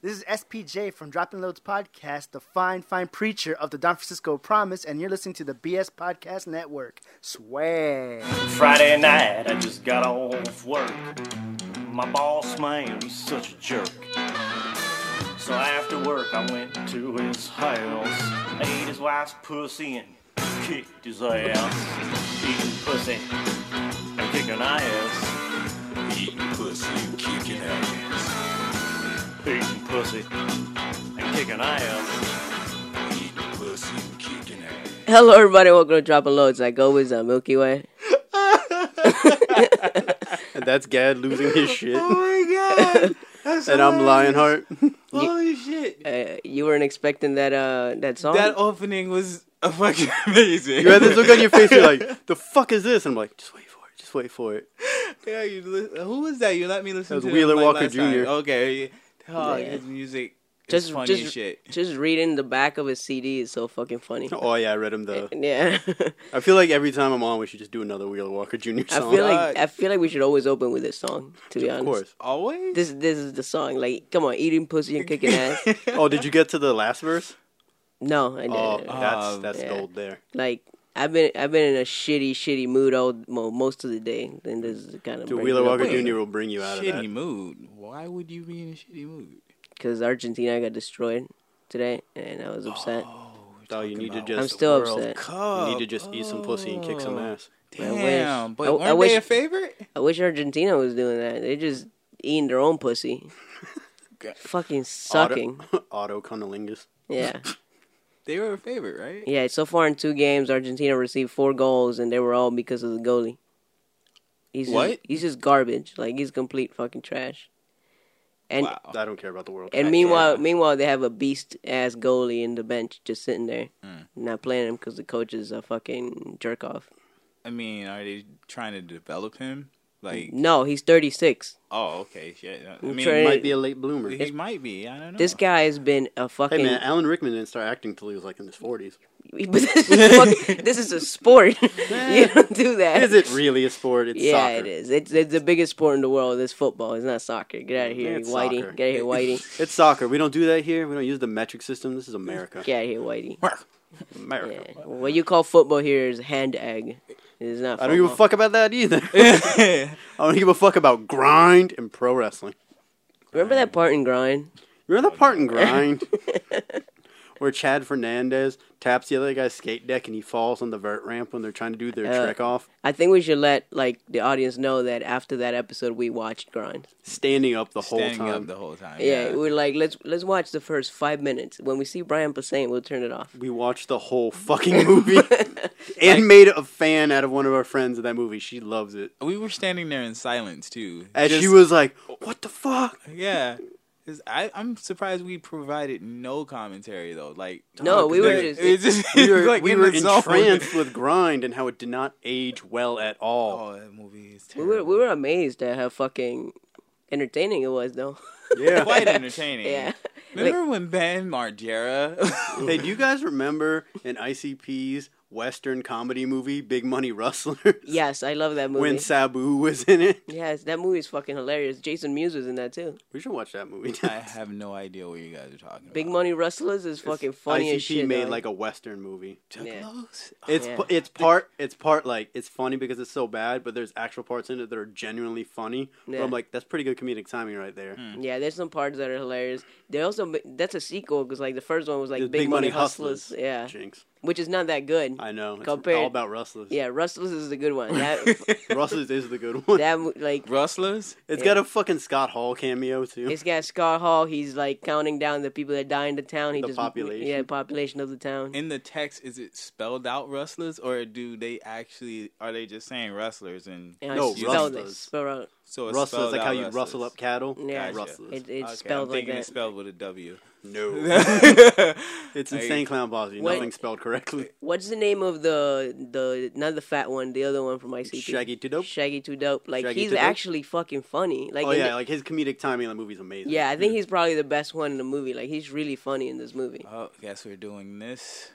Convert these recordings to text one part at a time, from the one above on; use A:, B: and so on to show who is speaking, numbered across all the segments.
A: This is SPJ from Dropping Loads Podcast, the fine, fine preacher of the Don Francisco Promise, and you're listening to the BS Podcast Network. Swag.
B: Friday night, I just got off work. My boss man, he's such a jerk. So after work, I went to his house, ate his wife's pussy, and kicked his ass. Eating pussy and kicking ass.
C: Eating pussy and kicking ass.
B: Eating pussy and kicking ass.
C: Eating pussy and kicking ass.
D: Hello, everybody. Welcome to Drop a Loads. I go with uh, Milky Way.
E: And that's Gad losing his shit.
A: Oh my god.
E: and I'm Lionheart.
F: Holy shit!
D: Uh, you weren't expecting that uh, that song.
F: That opening was uh, fucking amazing.
E: You had this look on your face, you're like, the fuck is this? And I'm like, just wait for it, just wait for it.
F: Yeah, you li- who was that? You let me listen
E: That was
F: to
E: Wheeler
F: them, like,
E: Walker
F: last time.
E: Jr..
F: Okay, yeah. oh,
D: Yeah.
F: his music is
D: just
F: funny
D: just
F: as shit.
D: just reading the back of his CD is so fucking funny.
E: Oh yeah, I read him though.
D: Yeah,
E: I feel like every time I'm on, we should just do another Wheeler Walker Jr.
D: I
E: song.
D: feel like
F: God.
D: I feel like we should always open with this song. To be
E: of
D: honest,
E: course.
F: Always.
D: this this is the song. Like, come on, eating pussy and kicking ass.
E: Oh, did you get to the last verse?
D: No, I didn't.
E: Oh, that's
F: Um,
E: that's
D: yeah.
E: gold there.
D: Like, I've been I've been in a shitty shitty mood all mo- most of the day. Then this is kind of
E: Dude, Wheeler Walker
F: Wait.
E: Jr. will bring you out of
F: shitty
E: that.
F: mood. Why would you be in a shitty mood?
D: because Argentina got destroyed today, and I was upset.
E: Oh, you need to just
D: I'm still
E: World
D: upset.
E: Cup.
F: Cup.
E: You need to just eat some pussy and kick
A: Oh.
E: some ass.
D: I wish.
F: Damn, but
D: I- I
F: weren't
D: wish-
F: they a favorite?
D: I wish Argentina was doing that. They're just eating their own pussy. Fucking sucking.
E: Auto, auto cunnilingus.
D: Yeah.
F: They were a favorite, right?
D: Yeah, so far in two games, Argentina received four goals, and they were all because of the goalie. He's just-
F: What?
D: he's just garbage. Like, he's complete fucking trash. And
F: Wow.
E: I don't care about the World Cup.
D: and meanwhile, meanwhile, they have a beast ass goalie in the bench just sitting there, not playing him because the coach is a fucking jerk off.
F: I mean, are they trying to develop him? Like,
D: No, he's 36.
F: oh, okay, shit. I
D: I'm
F: mean,
D: trying-
E: might be a late bloomer.
F: he might be. I don't know.
D: This guy has been a fucking.
E: Hey man, Alan Rickman didn't start acting until he was like in his 40s.
D: but this is, fuck, this is a sport. you don't do that.
E: Is it really a sport? It's
D: Yeah, it
E: soccer.
D: is. It's, it's the biggest sport in the world. It's football. It's not soccer. Get out of here,
E: It's
D: Whitey.
E: soccer.
D: Get out of here, Whitey.
E: It's soccer. We don't do that here. We don't use the metric system. This is America.
D: Get out of here, Whitey.
E: America.
D: Yeah. What you call football here is hand egg. It's not.
E: I don't give a
D: football.
E: fuck about that either. I don't give a fuck about grind and pro wrestling.
D: Remember that part in grind?
E: Remember that part
D: Oh,
E: in grind where Chad Fernandez taps the other guy's skate deck and he falls on the vert ramp when they're trying to do their
D: Uh,
E: trick off,
D: I think we should let like the audience know that after that episode we watched grind.
E: standing up the whole
F: standing up
E: time.
F: the whole time.
D: Yeah, we're like let's let's watch the first five minutes. When we see Brian Posehn, we'll turn it off.
E: we watched the whole fucking movie and made a fan out of one of our friends of that movie. She loves it.
F: we were standing there in silence too.
E: And
F: Just-
E: she was like, "What the fuck?"
F: yeah. 'Cause I, I'm surprised we provided no commentary though. Like
D: No, we were
F: like,
D: just-
F: it's just
E: we were,
F: like
E: we
F: in
E: were
F: the zone.
E: entranced with grind and how it did not age well at all.
F: Oh, that movie is
D: We
F: terrible.
D: were we were amazed at how fucking entertaining it was though.
E: Oh, yeah.
F: quite entertaining.
D: yeah.
F: Remember when Ben Margera?
E: hey, do you guys remember an ICP's Western comedy movie, Big Money Rustlers?
D: Yes, I love that movie.
E: When Sabu was in it,
D: Yes, that movie's fucking hilarious. Jason Mewes was in that too.
E: we should watch that movie.
F: I have no idea what you guys are talking about.
D: Big Money Wrestlers is fucking funny
E: ICP
D: as shit.
E: made
D: dog.
E: like a Western movie.
D: yeah.
F: Close.
E: It's
D: Yeah.
E: p- it's part it's part like it's funny because it's so bad, but there's actual parts in it that are genuinely funny. Where
D: Yeah.
E: I'm like, that's pretty good comedic timing right there.
D: yeah, there's some parts that are hilarious. They also ma- that's a sequel because like the first one was like
E: The
D: Big, Money, Hustlers, yeah,
E: Jinx.
D: which is not that good.
E: I know. It's
D: Compared-
E: all about Rustlers.
D: yeah, Rustlers is the good one. That
E: Rustlers is the good one.
D: that mo- like
F: Rustlers.
E: It's got a fucking Scott Hall cameo too.
D: it's got Scott Hall. He's like counting down the people that die in the town. He
E: The
D: just
E: population.
D: yeah, population of the town.
F: In the text, is it spelled out Rustlers, or do they actually are they just saying Rustlers and
D: And I
E: no,
D: spelled it.
E: Rustlers.
D: Spelled out.
F: so it's
E: Rustlers
F: spelled
E: like
F: out
E: how you
F: Rustlers.
E: rustle up cattle.
D: Yeah,
E: Rustlers.
D: It, it's
F: Okay,
D: spelled
F: I'm
D: like
F: thinking
D: that.
F: it's spelled with a W.
E: No, it's
F: Like-
E: insane clown posse.
D: Wait.
E: Nothing spelled correctly.
D: What's the name of the the not the fat one, the other one from ICP?
E: Shaggy Too Dope?
D: Shaggy Too Dope. Like
E: Shaggy
D: he's
E: Too Dope?
D: actually fucking funny. Like
E: Oh
D: in
E: yeah,
D: the-
E: like his comedic timing in the movie is amazing.
D: yeah, I think he's probably the best one in the movie. Like he's really funny in this movie.
F: Oh, guess we're doing this.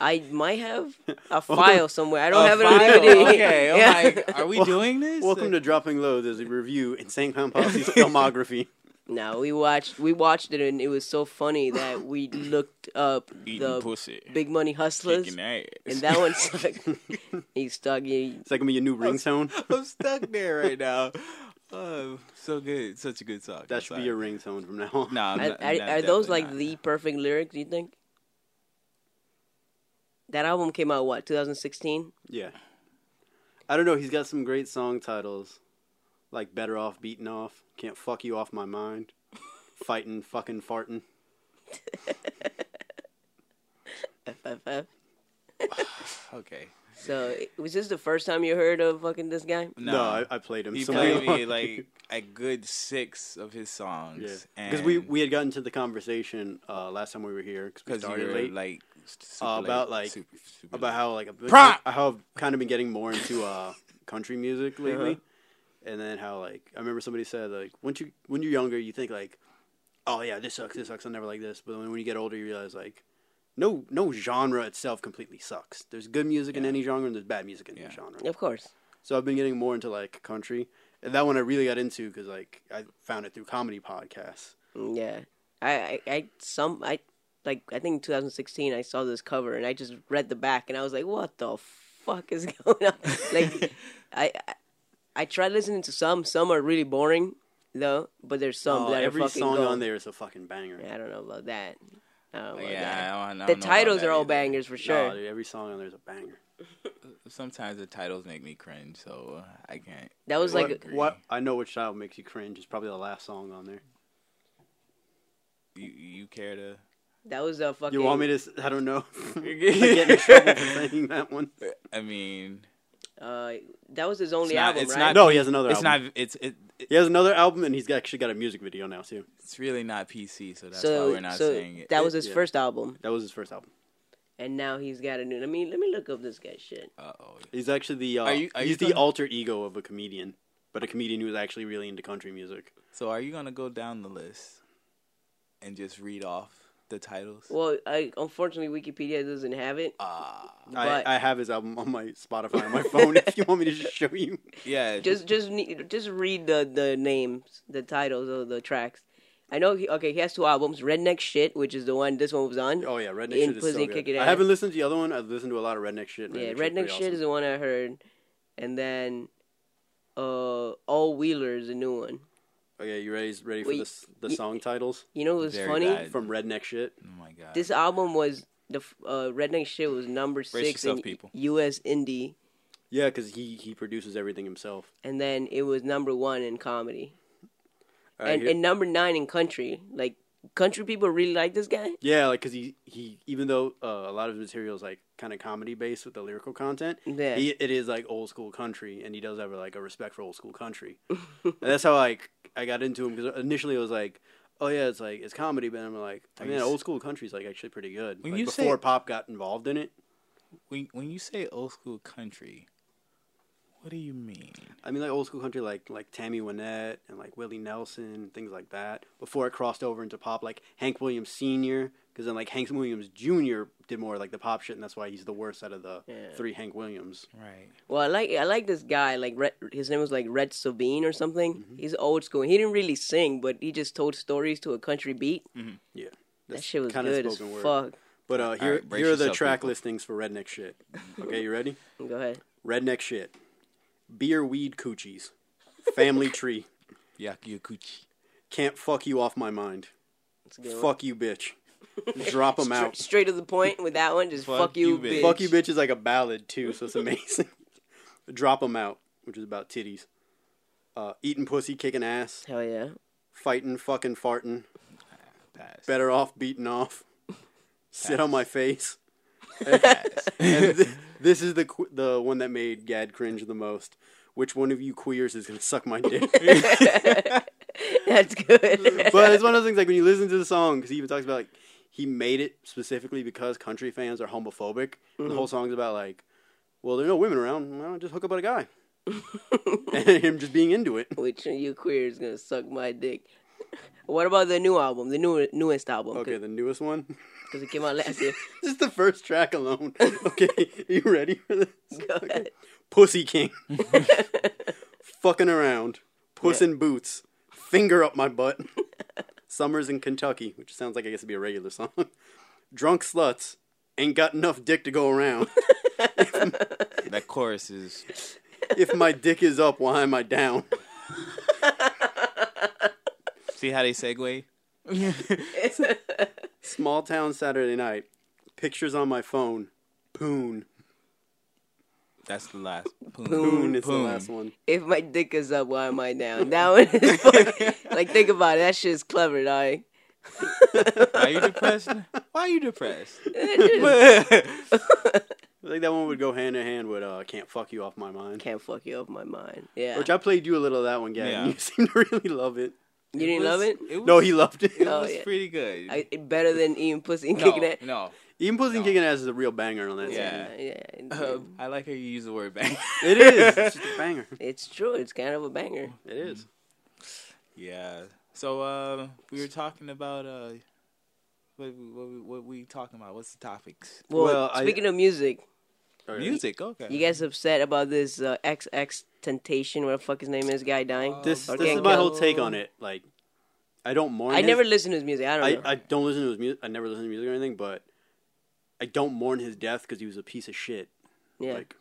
D: I might have a file somewhere. I don't
F: A
D: have it on
F: file?
D: DVD.
F: Okay, I'm
D: Yeah.
F: like, are we doing this?
E: Welcome to Dropping Loads as a review Insane Clown Posse's filmography.
D: No, we watched we watched it and it was so funny that we looked up
F: Eating
D: the
F: pussy.
D: Big Money Hustlers,
F: Kicking ass.
D: and that one stuck. he stuck. He,
E: It's like gonna be a new ringtone.
F: I'm stuck there right now. Oh, so good. Such a good song.
E: That should be your ringtone from now on.
F: Nah, I'm
D: are are-
F: not- not-
D: are those
F: definitely
D: like
F: not.
D: the perfect lyrics? You think? That album came out what 2016.
E: Yeah. I don't know. He's got some great song titles, like "Better Off Beaten Off," "Can't Fuck You Off My Mind," "Fighting Fucking Farting."
D: FFF.
F: Okay.
D: So was this the first time you heard of fucking this guy?
E: No, I, I played him.
F: he
E: so
F: played
E: long.
F: me like a good six of his songs.
E: Yeah,
F: and-
E: because we we had gotten to the conversation uh, last time we were here because we
F: because you
E: started
F: were
E: late
F: like super
E: Uh, about,
F: late,
E: like-
F: super, super
E: about
F: late.
E: how like a bit-
F: Prop!
E: how I've kind of been getting more into uh, country music
F: Uh-huh.
E: lately, and then how like I remember somebody said like once you when you're younger you think like oh yeah this sucks this sucks I'll never like this but then when you get older you realize like no no genre itself completely sucks there's good music in any genre and there's bad music in any genre
D: Of course.
E: so I've been getting more into like country and that one I really got into because like I found it through comedy podcasts
D: Mm, Yeah, I, I, I some I like I think 2016 I saw this cover and I just read the back and I was like, what the fuck is going on? like, I, I I tried listening to some. Some are really boring though, but there's some
E: Oh,
D: that
E: every
D: are fucking
E: song
D: gold.
E: on there is a fucking banger
D: I don't know about that. I don't know about
F: yeah,
D: that.
F: I
D: The
F: don't, I don't know about
D: titles
F: that
D: are all
F: either.
D: bangers for
E: No,
D: sure.
E: dude, every song on there is a banger.
F: Sometimes the titles make me cringe, so uh, I can't.
D: That was
F: really
D: like-
F: agree.
E: What I know which child makes you cringe is probably the last song on there.
F: you, you care to?
D: that was a fucking.
E: You want me to? s- I don't know. I get in trouble for saying that one.
F: I mean,
D: Uh, that was his only
F: It's not-
D: album,
F: it's
D: right?
F: not-
E: No, he has another.
F: it's
E: album.
F: not. It's it, it.
E: He has another album, and he's got- actually got a music video now too.
F: It's really not PC, so that's
D: so
F: why we're not
D: so
F: saying it.
D: that was
E: It-
D: his
E: yeah.
D: first album,
E: That was his first album.
D: and now he's got a new. I mean, let me look up this guy's shit.
F: Uh oh.
E: He's actually the. Uh,
F: Are you- are you
E: he's the
F: talking-
E: alter ego of a comedian, but a comedian who's actually really into country music.
F: So are you gonna go down the list and just read off the titles?
D: Well, I, unfortunately, Wikipedia doesn't have it.
F: uh,
D: But-
E: I, I have his album on my Spotify on my phone. if you want me to just show you,
F: yeah.
D: just just ne- just read the the names, the titles of the tracks. I know. He, okay, he has two albums: Redneck Shit, which is the one this one was on.
E: oh yeah, redneck
D: In
E: shit is so
D: Pussy,
E: good.
D: Kick It
E: I
D: Ass.
E: haven't listened to the other one. I've listened to a lot of redneck shit.
D: yeah,
E: Redneck
D: Redneck
E: Shit's
D: Shit
E: pretty
D: is
E: awesome.
D: the one I heard, and then uh, All Wheeler is a new one.
E: Okay, you ready? Ready for
D: Wait,
E: the s- the
D: y-
E: song titles
D: You know what's
F: Very
D: funny?
F: bad.
E: from redneck shit?
F: oh my god.
D: This album was the f- uh, Redneck Shit was number six
F: yourself,
D: in
F: people.
D: U.S. indie,
E: Yeah, because he he produces everything himself.
D: and then it was number one in comedy,
E: All right,
D: and,
E: here-
D: and number nine in country. Like country people really like this guy.
E: yeah, like because he he even though uh, a lot of his material is like kind of comedy based with the lyrical content,
D: Yeah.
E: he, it is like old school country, and he does have like a respect for old school country. and that's how like I got into him because initially it was like. Oh yeah, it's like it's comedy, but I'm like, I mean,
F: you s-
E: old school country's like actually pretty good.
F: When
E: Like,
F: you say-
E: before pop got involved in it,
F: when when you say old school country, what do you mean?
E: I mean, like old school country, like like Tammy Wynette and like Willie Nelson, things like that. Before it crossed over into pop, like Hank Williams Sr. Because then like Hank Williams Jr. did more like the pop shit, and that's why he's the worst out of the three Hank Williams.
F: Right.
D: Well, I like I like this guy. Like Red, his name was like Red Sabine or something.
E: Mm-hmm.
D: He's old school. He didn't really sing, but he just told stories to a country beat.
E: Yeah,
D: That
E: That's
D: shit was
E: Mm. kinda
D: good as
E: spoken word.
D: fuck.
E: But uh, here
F: right, brace
E: here are the
F: yourself,
E: track
F: people.
E: listings for Redneck Shit. Okay, you ready?
D: Go ahead.
E: Redneck Shit, Beer Weed Coochies, Family Tree,
F: Yakuyakuchi.
E: Can't Fuck You Off My Mind,
D: That's a good one.
E: Fuck You Bitch, Drop 'Em
D: Straight,
E: Out.
D: straight to the point with that one. Just fuck, you, bitch.
E: Fuck You Bitch is like a ballad too, so it's amazing. Drop 'em out, which is about titties. Uh, eating pussy, kicking ass,
D: Hell yeah.
E: fighting, fucking farting,
F: Pass.
E: better off beating off, sit on my face.
F: Pass.
E: And th- this is the qu- the one that made Gad cringe the most. Which one of you queers is gonna suck my dick?
D: That's good.
E: but it's one of those things like when you listen to the song, because he even talks about like he made it specifically because country fans are homophobic. And the whole song's about like, well, there are no women around. Well, just hook up with a guy, and him just being into it.
D: Which of you queer is gonna suck my dick? What about the new album? The new newest album?
E: Okay,
D: Because
E: the newest one.
D: it came out last year.
E: Just the first track alone. Okay, are you ready for this?
D: Go ahead.
E: Pussy King. Fucking around. Puss in Boots. finger up my butt. Summers in Kentucky, which sounds like I guess it'd be a regular song. Drunk sluts ain't got enough dick to go around.
F: That chorus is
E: if my dick is up, why am I down?
F: see how they segue.
E: Small town Saturday night. Pictures on my phone. Poon.
F: That's the last. Boom.
E: Poon is the last one.
D: If my dick is up, why am I down? That one is fucking, like think about it. That shit's clever, dog.
F: Why you depressed? Why are you depressed?
E: I think that one would go hand in hand with uh, "Can't Fuck You Off My Mind,"
D: Can't fuck you off my mind. Yeah,
E: which I played you a little of that one, Gavin.
F: Yeah.
E: You seem to really love it.
D: you didn't love it.
F: It was,
E: No, he loved it.
F: it
D: Oh,
F: was
D: yeah.
F: pretty good.
D: I, it better than eating pussy and
F: no,
D: kicking it.
F: no.
E: Even Pussy and Kicking Ass is a real banger on that.
F: Yeah.
E: CD.
D: Yeah,
F: Um, I like how you use the word bang.
E: it is. It's just a banger.
D: it's true. It's kind of a banger.
E: It is.
F: yeah. So uh, we were talking about uh, what, what, what we talking about? What's the topics?
D: Well,
E: Well, I-
D: speaking of music,
F: Music. Okay.
D: you guys upset about this uh, XX Temptation, what the fuck his name is, guy dying?
E: This
D: Or
E: this
D: getting
E: is my
D: killed?
E: whole take on it. Like, I don't mourn.
D: I
E: his-
D: never listened to his music. I don't
E: I,
D: know.
E: I don't listen to his music. I never listen to music or anything, but I don't mourn his death because he was a piece of shit.
D: yeah,
E: Like,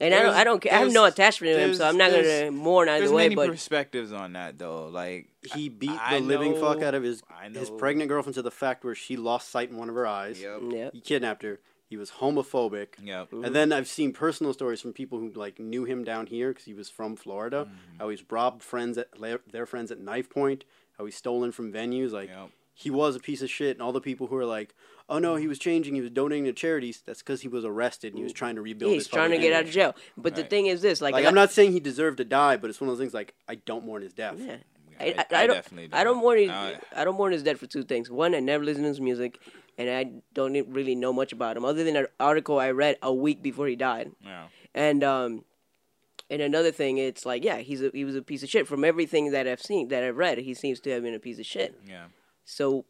D: and I don't. I don't care. I have no
F: there's-
D: attachment to him, so
F: there's-
D: I'm not gonna
F: there's-
D: mourn either
F: There's
D: way.
F: many
D: But
F: perspectives on that though. Like
E: he beat
F: I
E: the living
F: know-
E: fuck out of his
F: I
E: his
F: know.
E: pregnant girlfriend to the fact where she lost sight in one of her eyes.
F: Yep.
D: yeah,
E: He kidnapped her. He was homophobic.
F: Yep.
E: And then I've seen personal stories from people who like knew him down here because he was from Florida.
F: Mm-hmm.
E: How he's robbed friends at la- their friends at knife point. How he's stolen from venues. Like
F: Yep.
E: he was a piece of shit. And all the people who are like, "Oh no, he was changing. He was donating to charities." That's because he was arrested. and He was trying to rebuild.
D: he's
E: his
D: trying to
E: public
D: get out
E: image.
D: of jail. But the
F: Right.
D: thing is this: like,
E: Like
D: I-
E: I'm not saying he deserved to die, but it's one of those things. Like I don't mourn his death.
D: Yeah. I,
F: I-
D: I,
F: I
D: I don't.
F: definitely
D: I don't
F: don't.
D: mourn. His,
F: I-
D: I don't mourn his death for two things. One, I never listened to his music, and I don't e- really know much about him other than an article I read a week before he died.
F: yeah.
D: And um, and another thing, it's like, yeah, he's a, he was a piece of shit. From everything that I've seen, that I've read, he seems to have been a piece of shit.
F: Yeah.
D: So,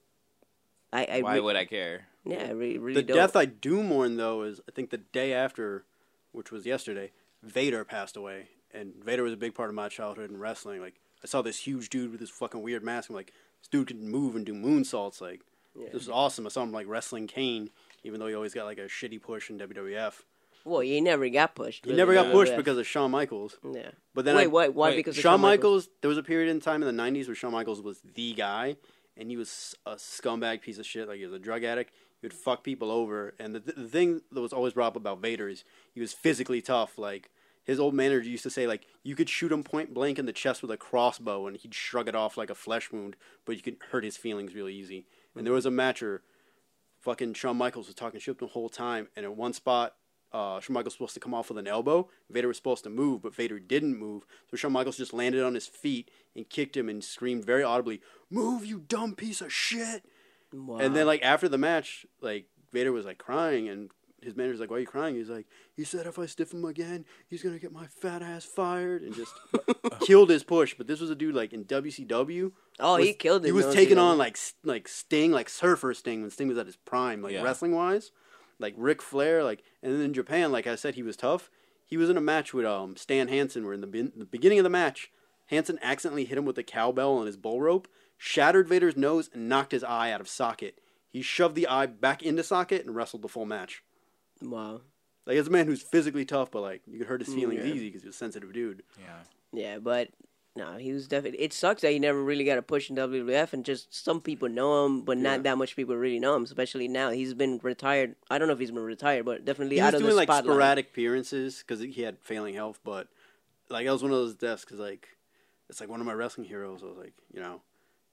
D: I, I
F: Why
D: re-
F: would I care?
D: yeah, I really, really
E: The
D: don't.
E: death I do mourn though is I think the day after, which was yesterday, Vader passed away, and Vader was a big part of my childhood in wrestling. Like I saw this huge dude with this fucking weird mask. I'm like, this dude could move and do moonsaults. Like this is awesome. I saw him like wrestling Kane, even though he always got like a shitty push in WWF.
D: well, he never got pushed.
E: He
D: really,
E: never got
D: yeah.
E: pushed because of Shawn Michaels.
D: Yeah.
E: But then
D: wait,
E: I-
D: why? Why?
F: wait,
D: because of
E: Shawn Michaels, there was a period in time in the '90s where Shawn Michaels was the guy, and he was a scumbag piece of shit. Like he was a drug addict. He would fuck people over. And the, the thing that was always brought up about Vader is he was physically tough. Like his old manager used to say, like you could shoot him point blank in the chest with a crossbow, and he'd shrug it off like a flesh wound, but you could hurt his feelings really easy. And there was a match where fucking Shawn Michaels was talking shit the whole time, and in one spot, uh, Shawn Michaels was supposed to come off with an elbow. Vader was supposed to move, but Vader didn't move. So Shawn Michaels just landed on his feet and kicked him and screamed very audibly, "Move, you dumb piece of shit!"
D: Wow.
E: And then, like after the match, like Vader was like crying, and his manager's like, "Why are you crying?" He's like, "He said if I stiff him again, he's gonna get my fat ass fired," and just killed his push. But this was a dude like in WCW.
D: Oh, he
E: was-
D: killed it.
E: He was
D: no,
E: taking
D: no.
E: on like s- like Sting, like Surfer Sting when Sting was at his prime, like
F: Yeah.
E: wrestling wise, like Ric Flair, like and then in Japan, like I said, he was tough. He was in a match with um Stan Hansen, where in the, bin- the beginning of the match, Hansen accidentally hit him with a cowbell on his bull rope, shattered Vader's nose, and knocked his eye out of socket. He shoved the eye back into socket and wrestled the full match.
D: Wow.
E: Like it's a man who's physically tough, but like you could hurt his feelings easy because he was a sensitive dude.
F: Yeah.
D: Yeah, but no, he was definitely. It sucks that he never really got a push in WWF, and just some people know him, but not that much people really know him. Especially now, he's been retired. I don't know if he's been retired, but definitely
E: he
D: out
E: was
D: of
E: doing
D: the
E: like
D: spotlight.
E: sporadic appearances because he had failing health, but like that was one of those deaths because like it's like one of my wrestling heroes. I was like, you know,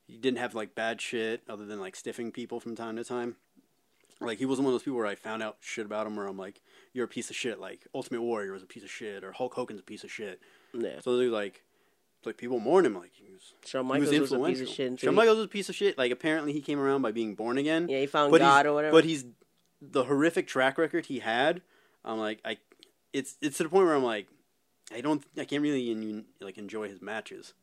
E: he didn't have like bad shit other than like stiffing people from time to time. Like he wasn't one of those people where I found out shit about him, where I'm like, you're a piece of shit. Like Ultimate Warrior was a piece of shit, or Hulk Hogan's a piece of shit.
D: Yeah.
E: So they like, like people mourn him. Like he was,
D: Shawn
E: he was
D: Michaels was, a piece
E: influential.
D: of shit. until
E: Shawn
D: he-
E: Michaels was a piece of shit. Like apparently he came around by being born again.
D: Yeah, he found
E: but
D: God
E: he's-
D: or whatever.
E: But he's the horrific track record he had. I'm like, I, it's it's to the point where I'm like, I don't, I can't really en- like enjoy his matches,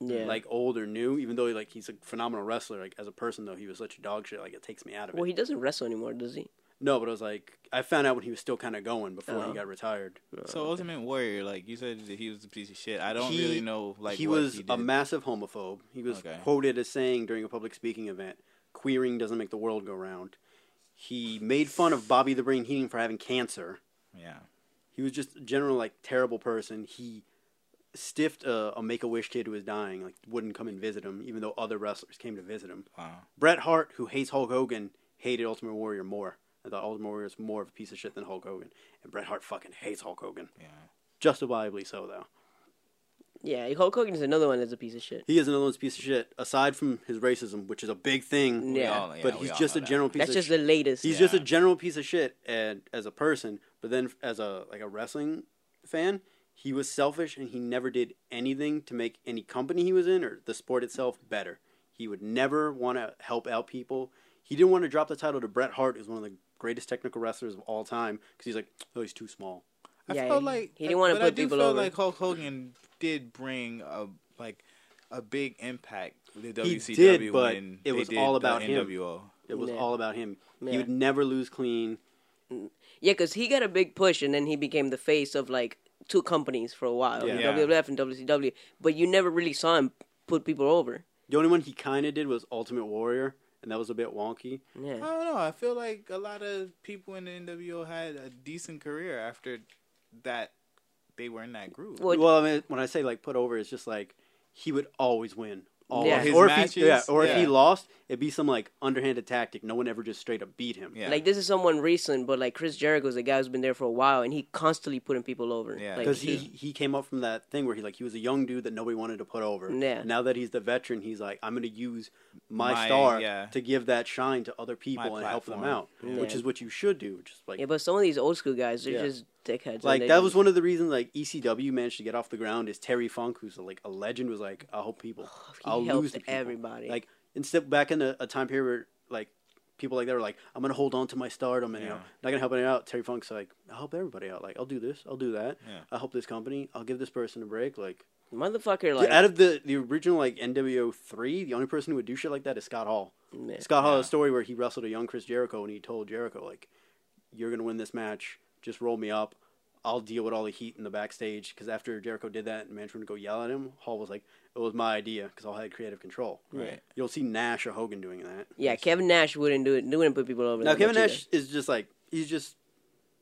D: yeah.
E: like old or new. Even though like he's a phenomenal wrestler, like as a person though, he was such a dog shit. Like it takes me out of it.
D: well, he doesn't wrestle anymore, does he?
E: No, but I was like, I found out when he was still kind of going before
D: Oh.
E: he got retired.
F: So Ultimate Warrior, like you said, that he was a piece of shit. I don't
E: He-
F: really know. Like
E: he
F: what
E: was
F: he
E: a
F: did.
E: massive homophobe. He was
F: Okay.
E: quoted as saying during a public speaking event, "Queering doesn't make the world go round." He made fun of Bobby the Brain Heating for having cancer.
F: Yeah.
E: He was just a general like terrible person. He stiffed a, a Make a Wish kid who was dying, like wouldn't come and visit him, even though other wrestlers came to visit him.
F: Wow.
E: Bret Hart, who hates Hulk Hogan, hated Ultimate Warrior more. I thought Ultimate Warrior was more of a piece of shit than Hulk Hogan, and Bret Hart fucking hates Hulk Hogan.
F: Yeah.
E: Justifiably so, though.
D: Yeah, Hulk Hogan is another one that's a piece of shit.
E: He is another one's piece of shit. Aside from his racism, which is a big thing,
D: Yeah.
F: all-
E: but
F: we
E: he's
F: all
E: just a
F: know that.
E: general piece.
D: That's
E: of
D: just
E: sh-
D: the latest.
E: He's
D: Yeah.
E: just a general piece of shit, and as a person, but then as a like a wrestling fan, he was selfish and he never did anything to make any company he was in or the sport itself better. He would never want to help out people. He didn't want to drop the title to Bret Hart, who's one of the greatest technical wrestlers of all time, because he's like, oh, he's too small.
F: I
D: Yeah,
F: felt
D: he-
F: like
D: he didn't wanna
F: but I
D: put
F: do
D: people
F: feel
D: over.
F: like Hulk Hogan did bring a like a big impact to
E: He
F: WCW
E: did, but
F: when
E: it
F: they
E: was
F: did
E: all
F: the
E: about him.
F: NWO.
E: It was
D: Yeah.
E: all about him. He
D: Yeah.
E: would never lose clean.
D: Yeah, because he got a big push, and then he became the face of like two companies for a while,
E: Yeah.
F: Yeah.
D: WWF and WCW. But you never really saw him put people over.
E: The only one he kind of did was Ultimate Warrior, and that was a bit wonky.
D: Yeah,
E: Oh.
F: I don't know. I feel like a lot of people in the NWO had a decent career after that. They were in that group.
D: Well,
E: well, I mean, when I say like put over, it's just like he would always win. Always.
D: Yeah. His
E: or if
F: matches?
E: he, yeah, or if he
F: Yeah.
E: lost, it'd be some like underhanded tactic. No one ever just straight up beat him.
F: yeah.
D: like this is someone recent, but like Chris Jericho's a guy who's been there for a while, and he constantly putting people over.
F: Yeah.
D: like,
E: because he he came up from that thing where he like he was a young dude that nobody wanted to put over.
D: Yeah.
E: Now that he's the veteran, he's like I'm going to use my,
F: My-
E: star
F: yeah.
E: to give that shine to other people and help them out,
F: platform.
E: which
D: Yeah.
E: is what you should do. Just like
D: yeah, but some of these old school guys, they're
E: Yeah.
D: just dickheads. and
E: Like
D: they
E: that
D: just-
E: was one of the reasons like ECW managed to get off the ground is Terry Funk, who's like a legend, was like, I'll help people.
D: He
E: I'll
D: helped
E: lose to people.
D: everybody.
E: Like instead back in a, a time period where like people like that were like, I'm gonna hold on to my stardom and you know,
F: Yeah.
E: not gonna help anyone out. Terry Funk's like, I'll help everybody out. Like, I'll do this, I'll do that,
F: Yeah.
E: I'll help this company, I'll give this person a break. Like,
D: motherfucker. Like
E: out of the, the original like NWO three, the only person who would do shit like that is Scott Hall.
D: Yeah.
E: Scott Hall had a story where he wrestled a young Chris Jericho and he told Jericho like, "You're gonna win this match. Just roll me up. I'll deal with all the heat in the backstage." Because after Jericho did that and management would go yell at him, Hall was like, "It was my idea because Hall had creative control."
F: Right.
E: You don't see Nash or Hogan doing that.
D: yeah, Kevin Nash wouldn't do it. Wouldn't put people over.
E: Now
D: that
E: Kevin
D: much either.
E: Nash is just like he's just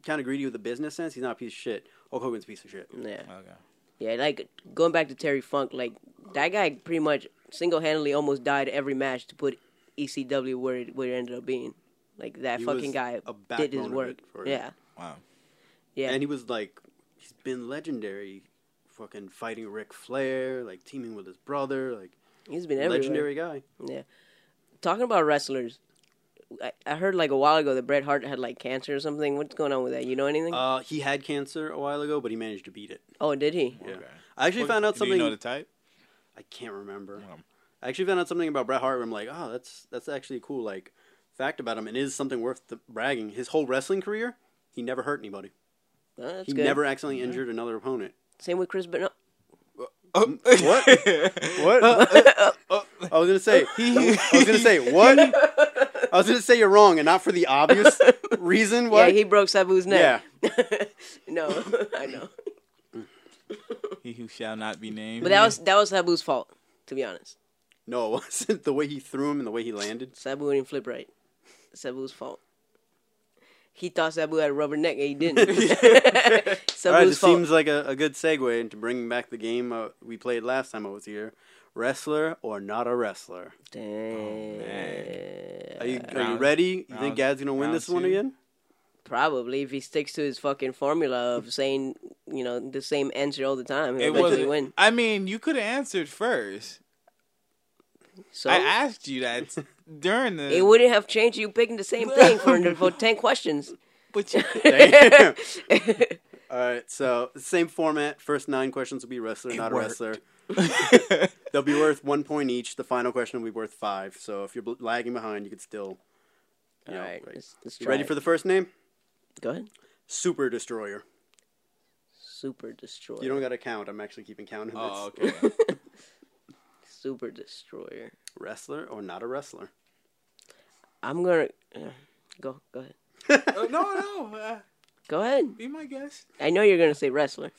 E: kind of greedy with a business sense. He's not a piece of shit. Hulk Hogan's a piece of shit.
D: Yeah.
F: okay.
D: Yeah, like going back to Terry Funk, like that guy pretty much single handedly almost died every match to put ECW where it, where it ended up being. Like that
E: He was
D: fucking guy
E: a
D: did
E: backbone
D: his
E: of
D: work.
E: it for-
D: Yeah,
F: Wow.
D: yeah.
E: And he was like, he's been legendary, fucking fighting Ric Flair, like teaming with his brother, like
D: He's been everywhere.
E: legendary guy.
D: Yeah. Talking about wrestlers, I, I heard like a while ago that Bret Hart had like cancer or something. What's going on with that? You know anything?
E: Uh, he had cancer a while ago, but he managed to beat it.
D: oh, did he?
E: Yeah.
F: Okay.
E: I actually found out
F: Do
E: something.
F: You know the type?
E: I can't remember.
F: Um.
E: I actually found out something about Bret Hart. Where I'm like, oh, that's that's actually a cool like fact about him, and it is something worth the bragging. His whole wrestling career, he never hurt anybody.
D: Oh, that's
E: he
D: good.
E: never accidentally injured another opponent.
D: Same with Chris Benoit.
E: What? what? Uh, I was gonna say. I was gonna say what? I was gonna say you're wrong, and not for the obvious reason. Why?
D: Yeah, he broke Sabu's
E: yeah.
D: neck. no, I know.
F: He who shall not be named.
D: But that was that was Sabu's fault, to be honest.
E: No, it wasn't the way he threw him and the way he landed.
D: Sabu didn't flip right. Sabu's fault. He thought Sabu had a rubber neck and he didn't. Sabu's
E: All right, this
D: fault.
E: seems like a, a good segue into bringing back the game uh, we played last time I was here. Wrestler or not a wrestler? Oh,
D: Damn.
E: Are you, are you
F: Round-
E: ready? You think
F: round-
E: Gad's gonna win
F: round
E: this one
F: two.
E: again?
D: Probably if he sticks to his fucking formula of saying, you know, the same answer all the time, he'll
F: It
D: eventually
F: wasn't.
D: win.
F: I mean, you could have answered first.
D: So
F: I asked you that during the.
D: it wouldn't have changed you picking the same thing for, for ten questions.
F: But you,
E: Damn. All right, so same format. First nine questions will be wrestler, not
F: worked.
E: a wrestler. They'll be worth one point each. The final question will be worth five. So if you're bl- lagging behind, you could still.
D: All
E: you know,
D: right,
E: like-
D: let's, let's
E: You
D: try.
E: ready
D: it.
E: for the first name?
D: Go ahead.
E: Super Destroyer.
D: Super destroyer.
E: You don't got to count. I'm actually keeping count of this.
F: oh, okay.
D: Super destroyer.
E: Wrestler or not a wrestler?
D: I'm gonna. yeah. Go. Go ahead.
F: Uh, no, no. Uh,
D: Go ahead.
F: be my guest.
D: I know you're gonna say wrestler.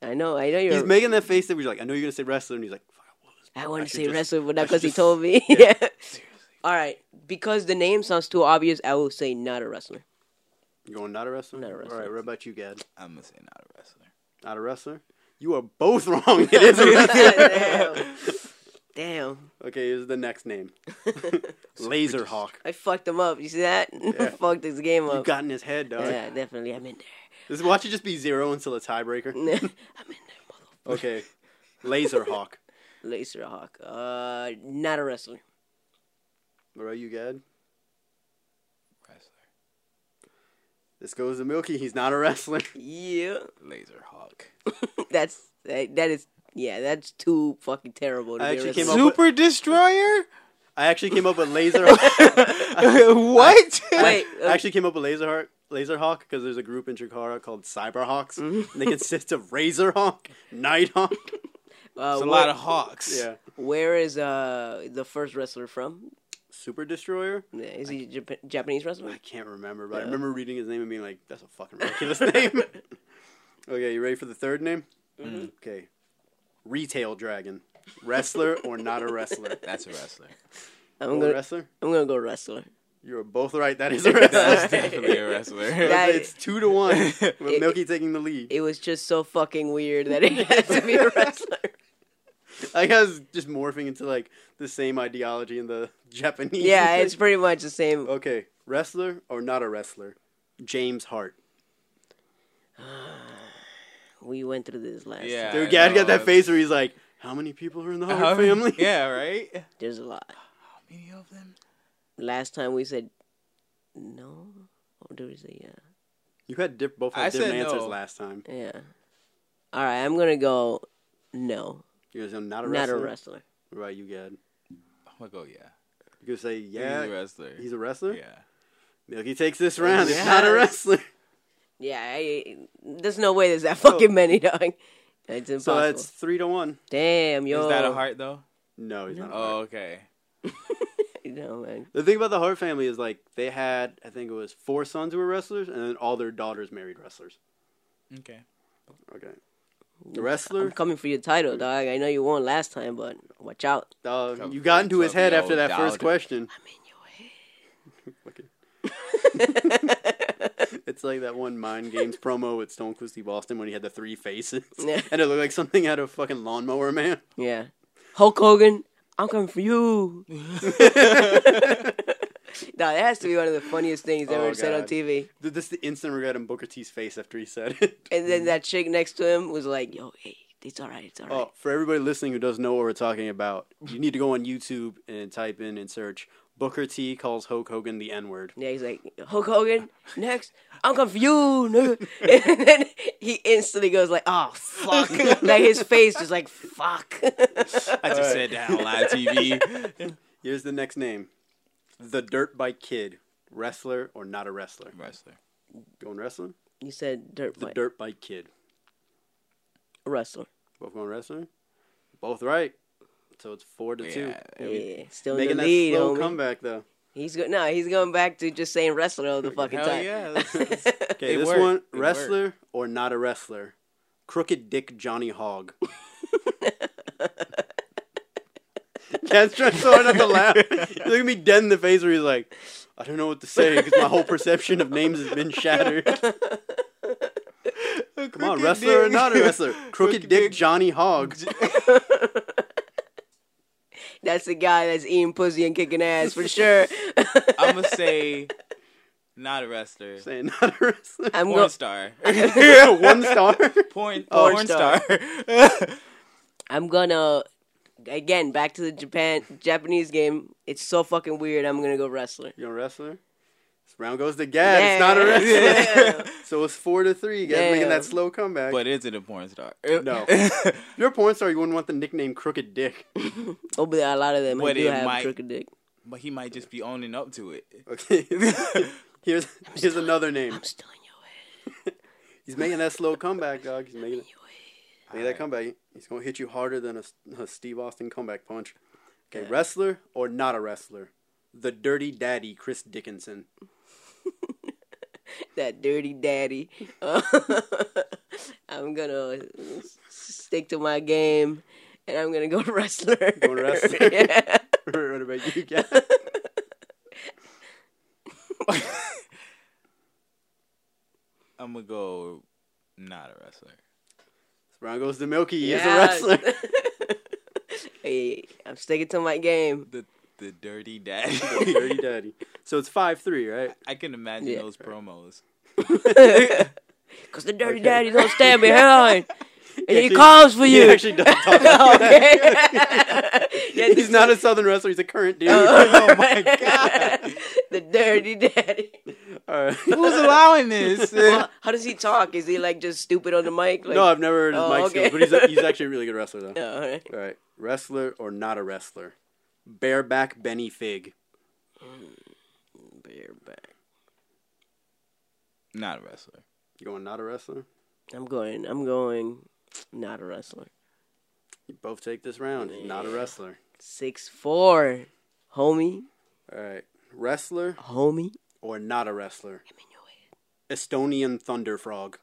D: I know. I know you're.
E: He's making that face that we're like, I know you're gonna say wrestler, and he's like, Fuck, I was.
D: I want
E: I
D: to
E: should
D: say
E: just-
D: wrestler, but not
E: I should
D: because he
E: just-
D: told me. Yeah. All right, because the name sounds too obvious, I will say not a wrestler.
E: You going not a wrestler?
D: Not a wrestler.
E: All right, what about you, Gad?
F: I'm gonna say not a wrestler.
E: Not a wrestler? You are both wrong. It is a wrestler.
D: Damn. Damn.
E: Okay, is the next name. Laser Hawk.
D: I fucked him up. You see that? Fucked this game
E: You
D: up.
E: got in his head, dog.
D: yeah, definitely. I'm in there.
E: This watch it just be zero until a tiebreaker.
D: I'm in there, mother.
E: Okay. Laser Hawk.
D: Laser Hawk. Uh, not a wrestler.
E: What about you, Gad?
F: Wrestler.
E: This goes to Milky. He's not a wrestler.
D: Yeah.
F: Laser Hawk.
D: That's that, that is yeah. That's too fucking terrible. To
E: I
D: be a
E: actually came
D: wrestler.
E: up with-
F: Super Destroyer.
E: I actually came up with Laser Hawk.
F: what?
D: Wait. uh,
E: I actually came up with Laser Hawk. Laser Hawk because there's a group in Chikara called Cyberhawks. and they consist of Razor Hawk, Night Hawk.
D: uh,
F: It's a
D: where,
F: lot of hawks.
E: Yeah.
D: where is uh the first wrestler from?
E: Super Destroyer.
D: Yeah, Is he Jap- Japanese wrestler?
E: I can't remember, but I remember reading his name and being like, "That's a fucking ridiculous name." okay, you ready for the third name? Okay, Retail Dragon, wrestler or not a wrestler?
F: That's a wrestler.
D: I'm
E: Oh,
D: gonna
E: wrestler.
D: I'm gonna go wrestler.
E: You are both right. That is a wrestler.
F: That's definitely a wrestler.
D: That-
E: it's two to one with Milky taking the lead.
D: It was just so fucking weird that it had to be a wrestler.
E: I guess just morphing into like the same ideology in the Japanese.
D: yeah, it's pretty much the same.
E: okay. Wrestler or not a wrestler? James Hart.
D: We went through this last.
F: Yeah.
D: time.
E: Dude,
F: I
E: Gad
F: know,
E: got that
F: it's-
E: face where he's like, "How many people are in the Hart
F: How many-
E: family?"
F: Yeah, right.
D: There's a lot.
F: How many of them?
D: Last time we said no. Or did we say yeah?
E: You had diff- both
F: I
E: had different
F: said
E: answers
F: no.
E: last time.
D: Yeah. All right, I'm gonna go. No,
E: You guys know not a
D: not
E: wrestler.
D: a wrestler.
E: What about you, Gad?
F: I'm gonna Oh, go yeah.
E: You could say
F: Yeah.
E: yeah.
F: He's a wrestler.
E: He's a wrestler.
F: yeah.
E: Milky takes this round. It's not a wrestler.
D: Yeah, I, there's no way there's that fucking many, dog. It's impossible.
E: Oh. So that's three to one.
D: Damn, yo.
F: Is that a heart though?
E: No, he's not. a
F: Oh,
E: Hart.
F: okay.
D: No man.
E: The thing about the Hart family is like they had, I think it was four sons who were wrestlers, and then all their daughters married wrestlers.
F: Okay.
E: Okay. The
D: I'm
E: wrestler,
D: coming for your title, dog. I know you won last time, but watch out.
E: uh,
F: Come
E: you got into his
F: from
E: head
F: your
E: after that first
F: daughter.
E: question.
D: I'm in your head.
E: Okay. it's like that one Mind Games promo with Stone Cold Steve Austin when he had the three faces,
D: Yeah.
E: and it looked like something out of fucking Lawnmower Man.
D: Yeah. Hulk Hogan, I'm coming for you. no, that has to be one of the funniest things ever
E: Oh,
D: said on
E: God.
D: TV.
E: Th- This is the instant regret on Booker T's face after he said it.
D: And then that chick next to him was like, "Yo, hey, it's all right, it's all right."
E: Oh, for everybody listening who doesn't know what we're talking about, you need to go on YouTube and type in and search Booker T calls Hulk Hogan the N word.
D: Yeah, he's like Hulk Hogan. Next, I'm coming for you, nigga. And then he instantly goes like, "Oh fuck!" like his face just like fuck.
F: I just said that on live TV.
E: Here's the next name The Dirt Bike Kid. Wrestler or not a wrestler?
F: wrestler.
E: Going wrestler?
D: you said dirt
E: The
D: bike
E: Dirt Bike Kid.
D: wrestler.
E: Both going wrestler? Both right. So it's four to two.
F: Yeah.
D: Yeah, still in
E: Making
D: the
E: that
D: lead,
E: slow
D: homie.
E: comeback, though.
D: He's go- no, he's going back to just saying wrestler all the fucking
F: Hell
D: time.
F: yeah. that's- that's-
E: Okay,
F: It
E: this
F: worked.
E: one
F: It
E: wrestler or not a wrestler? Crooked Dick Johnny Hogg. Cat's trying so hard not to laugh. He's looking me dead in the face where he's like, I don't know what to say because my whole perception of names has been shattered. Come on,
F: Crooked
E: wrestler or
F: Dick.
E: not a wrestler? Crooked
F: Crooked
E: Dick
F: Dick.
E: Johnny Hogg.
D: That's the guy that's eating pussy and kicking ass for sure.
F: I'm gonna say not a wrestler.
E: Saying not a wrestler.
D: I'm
F: Porn
D: going.
F: star.
E: One star.
F: Porn,
E: Oh,
F: porn
D: star.
F: star.
D: I'm gonna again back to the Japan Japanese game. It's so fucking weird. I'm gonna go wrestler.
E: You know, wrestler? This round goes to Gad. It's not a wrestler.
D: wrestler.
E: So it's four to three. Gad's making
D: Yeah.
E: that slow comeback.
F: but is it a porn star?
E: No. You're a porn star, you wouldn't want the nickname Crooked Dick.
D: oh, but a lot of them
F: But
D: do
F: it
D: have
F: might-
D: crooked dick.
F: But he might just be owning up to it.
E: Okay. here's here's another name.
D: I'm still in your head.
E: He's making that slow comeback, dog. He's making,
D: your head.
E: making that comeback. He's going to hit you harder than a, a Steve Austin comeback punch. Okay, wrestler or not a wrestler? the dirty daddy Chris Dickinson.
D: that dirty daddy. Uh, I'm gonna s- stick to my game, and I'm gonna go wrestler.
E: Go wrestler.
D: yeah.
E: what about you guys?
F: I'm gonna go not a wrestler.
E: Brown goes to Milky. He
D: Yeah.
E: is a wrestler.
D: Hey, I'm sticking to my game.
F: The the dirty daddy.
E: dirty daddy. So it's five three, right?
F: I can imagine
D: Yeah.
F: those promos.
D: Cause the dirty
E: Okay.
D: daddy don't stand behind, and he
E: actually-
D: calls for
E: He
D: you.
E: actually does talk.
D: okay. yeah,
E: He's not a Southern wrestler. He's a current dude.
F: oh my god!
D: the dirty daddy.
E: All right.
F: Who's allowing this?
D: Well, how does he talk? Is he like just stupid on the mic? Like,
E: no, I've never heard his
D: Oh,
E: mic
D: okay.
E: skills, but he's, a, he's actually a really good wrestler though.
D: Yeah, all right.
E: All right, wrestler or not a wrestler? Bareback Benny Fig.
D: Bareback.
F: not a wrestler.
E: You going not a wrestler?
D: I'm going. I'm going. Not a wrestler.
E: You both take this round. Not a wrestler.
D: Six four, homie,
E: All right, wrestler
D: homie.
E: or not a wrestler? Estonian Thunder Frog.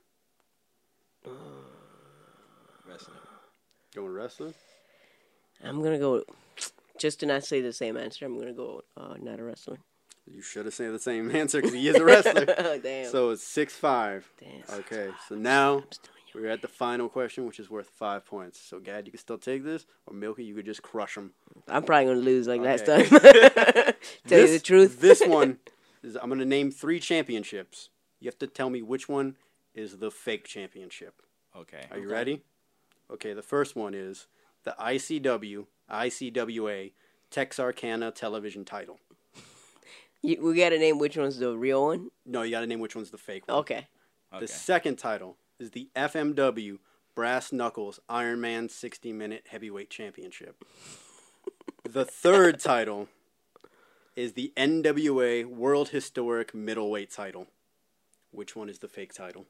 F: Wrestler.
E: Going wrestler?
D: I'm gonna go. Just to not say the same answer, I'm gonna go. Uh, not a wrestler.
E: You should have said the same answer because he is a wrestler.
D: oh damn.
E: so it's six five.
D: Damn.
E: Okay, so now
D: I'm still in your-
E: we're at the final question, which is worth five points. So Gad, you can still take this, or Milky, you could just crush him.
D: I'm probably gonna lose like last
E: Okay.
D: time. Tell you the truth.
E: this one is I'm gonna name three championships. You have to tell me which one is the fake championship.
F: Okay.
E: Are you ready? Okay, the first one is the ICW ICWA Texarkana television title.
D: You, we gotta name which one's the real one.
E: No, you gotta name which one's the fake one.
D: Okay.
E: The
F: Okay.
E: second title is the FMW Brass Knuckles Iron Man 60 Minute Heavyweight Championship. the third title is the NWA World Historic Middleweight title. Which one is the fake title?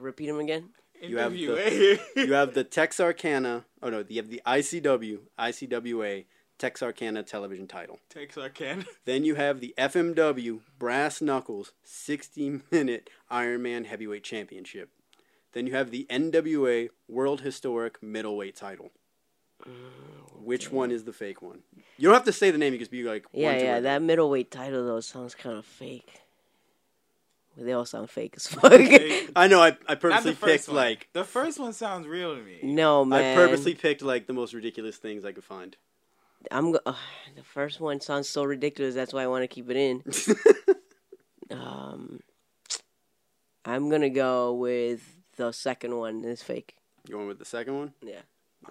D: Repeat them again.
E: You have
F: NWA.
E: You have the Texarkana, oh no, you have the ICW, ICWA Texarkana television title.
F: Texarkana.
E: Then you have the FMW Brass Knuckles 60 Minute Ironman Heavyweight Championship. Then you have the NWA World Historic Middleweight title.
D: Oh,
E: Which one is the fake one? You don't have to say the name. You can just be like,
D: Yeah,
E: one, two,
D: yeah.
E: or-
D: That middleweight title though sounds kind of fake. Well, they all sound fake as fuck.
E: I know. I, I
F: Not
E: purposely
F: the
E: picked
F: first one.
E: like Mm,
F: the first one sounds real to me.
D: no man.
E: I purposely picked like the most ridiculous things I could find.
D: I'm go- ugh, the first one sounds so ridiculous. That's why I want to keep it in. um, I'm gonna go with the second one. It's fake.
E: You going with the second one?
D: Yeah.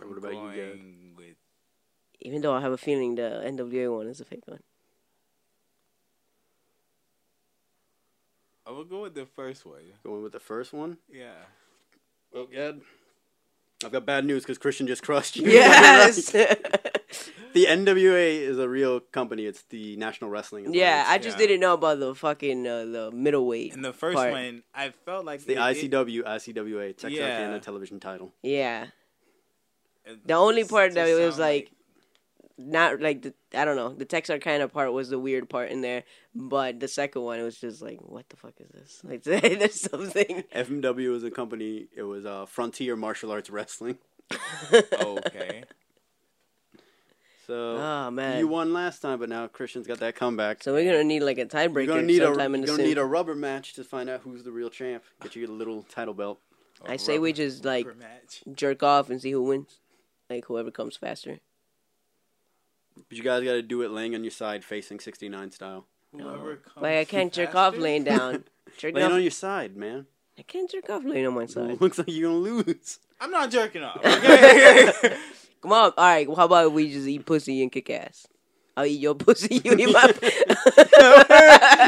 E: Or what about you? Gavin?
F: Going with
D: Even though I have a feeling the NWA one is a fake one.
F: I will go with the first one.
E: Going with the first one?
F: Yeah.
E: Well, good. I've got bad news because Christian just crushed you.
D: Yes.
E: The NWA is a real company. It's the National Wrestling.
D: yeah. I
E: Alliance.
D: just
F: Yeah.
D: didn't know about the fucking uh, the middleweight.
F: And the first
D: part.
F: one, I felt like
E: the
F: it- it-
E: ICW ICWA Texarkana
F: Yeah.
E: television title.
D: Yeah.
F: it
D: The only
F: just-
D: part that
F: just
D: it was
F: sound
D: like, not like the I don't know the Texarkana part was the weird part in there, but the second one it was just like what the fuck is this? Like there's something.
E: FMW is a company. It was uh, Frontier Martial Arts Wrestling.
F: okay.
E: So
D: Oh man.
E: you won last time, but now Christian's got that comeback.
D: so we're gonna need like a
E: you're gonna
D: tiebreaker
E: need a
D: sometime in
E: you're
D: the
E: gonna need a
D: soon.
E: rubber match to find out who's the real champ. Get you a little title belt.
D: I say we just like
F: Rubber match.
D: jerk off and see who wins, like whoever comes faster.
E: But you guys got to do it laying on your side, facing 69 style.
F: Whoever comes
D: Like I can't jerk off
F: faster.
D: laying down. Jerk
E: Oh, Laying
D: off.
E: on your side, man.
D: I can't jerk off laying on my side.
E: Looks like you're gonna lose.
F: I'm not jerking off. okay?
D: Come on. All right. Well, how about we just eat pussy and kick ass? I'll eat your pussy. You eat my.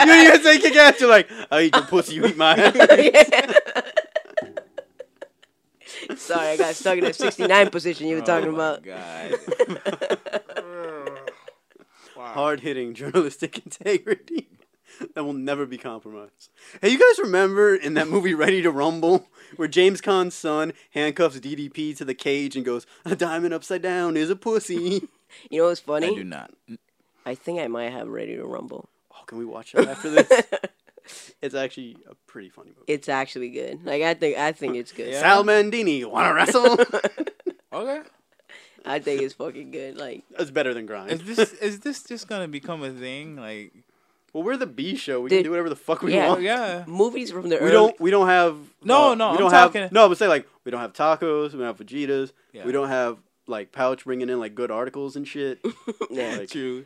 E: you ain't gonna say kick ass. You're like, I eat your pussy, you eat my ass.
D: Sorry, I got stuck in that 69 position you were talking
F: Oh my
D: about.
F: God.
E: Hard hitting journalistic integrity that will never be compromised. Hey, you guys remember in that movie Ready to Rumble where James Conn's son handcuffs DDP to the cage and goes, A diamond upside down is a pussy.
D: You know what's
F: I
D: funny?
F: do not.
D: I think I might have Ready to Rumble.
E: Oh, can we watch that after this? it's actually a pretty funny movie.
D: It's actually good. Like I think I think it's good.
F: Yeah.
E: Sal Mandini, want to wrestle?
F: Okay.
D: I think it's fucking good. Like
E: That's better than
F: Is
E: grind.
F: this is this just gonna become a thing? Like,
E: Well, we're the B show. We
D: Dude.
E: can do whatever the fuck we
D: Yeah.
F: oh
E: want.
F: yeah.
D: movies from the
E: We
D: early
E: don't. We don't have.
F: No,
E: uh,
F: no,
E: We
F: I'm
E: don't have.
F: talking-
E: No, but say like we don't have tacos. We don't have fajitas.
F: Yeah.
E: We don't have like Pouch bringing in like good articles and shit.
D: Yeah.
E: Like,
F: True.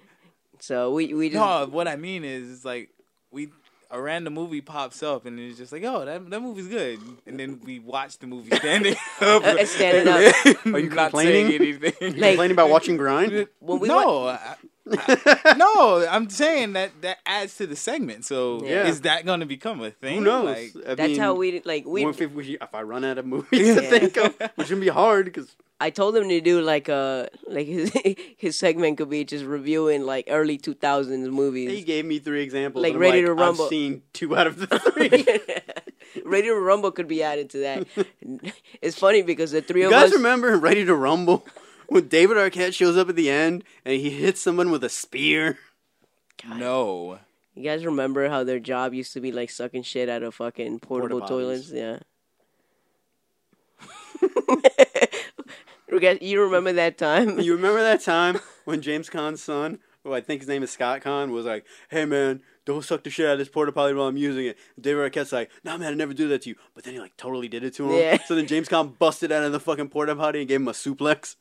D: So we we just
F: No, what I mean is it's like we a random movie pops up and it's just like, oh, that that movie's good, and then we watch the movie standing up.
D: Uh, standing up.
F: Are
E: you
F: not saying
E: complaining?
F: anything?
D: Like-
E: complaining about watching grind.
D: When we
F: no, I- I- no, I'm saying that that adds to the segment. So
D: Yeah.
F: is that going to become a thing?
E: Who knows?
F: Like,
E: I
D: that's
E: mean,
D: how we like we
E: what if, we- if I run out of movies to
D: Yeah.
E: think of, which can be hard because
D: I told him to do like a like his his segment could be just reviewing like early 2000s
E: he
D: movies.
E: gave me three examples.
D: Like
E: and I'm
D: Ready to Rumble.
E: I've seen two out of the three.
D: Radio Rumble could be added to that. it's funny because the three
E: You
D: of
E: guys
D: us
E: remember in Ready to Rumble when David Arquette shows up at the end and he hits someone with a spear?
F: no.
D: You guys remember how their job used to be like sucking shit out of fucking portable
E: Porta-potties.
D: toilets? Yeah. you guys, you remember that time?
E: You remember that time when James Conn's son, who I think his name is Scott Conn, was like, "Hey man, don't suck the shit out of this porta potty while I'm using it." And David Arquette's like, "Nah man, I never do that to you." But then he like totally did it to him.
D: Yeah.
E: So then James Conn busted out of the fucking porta potty and gave him a suplex.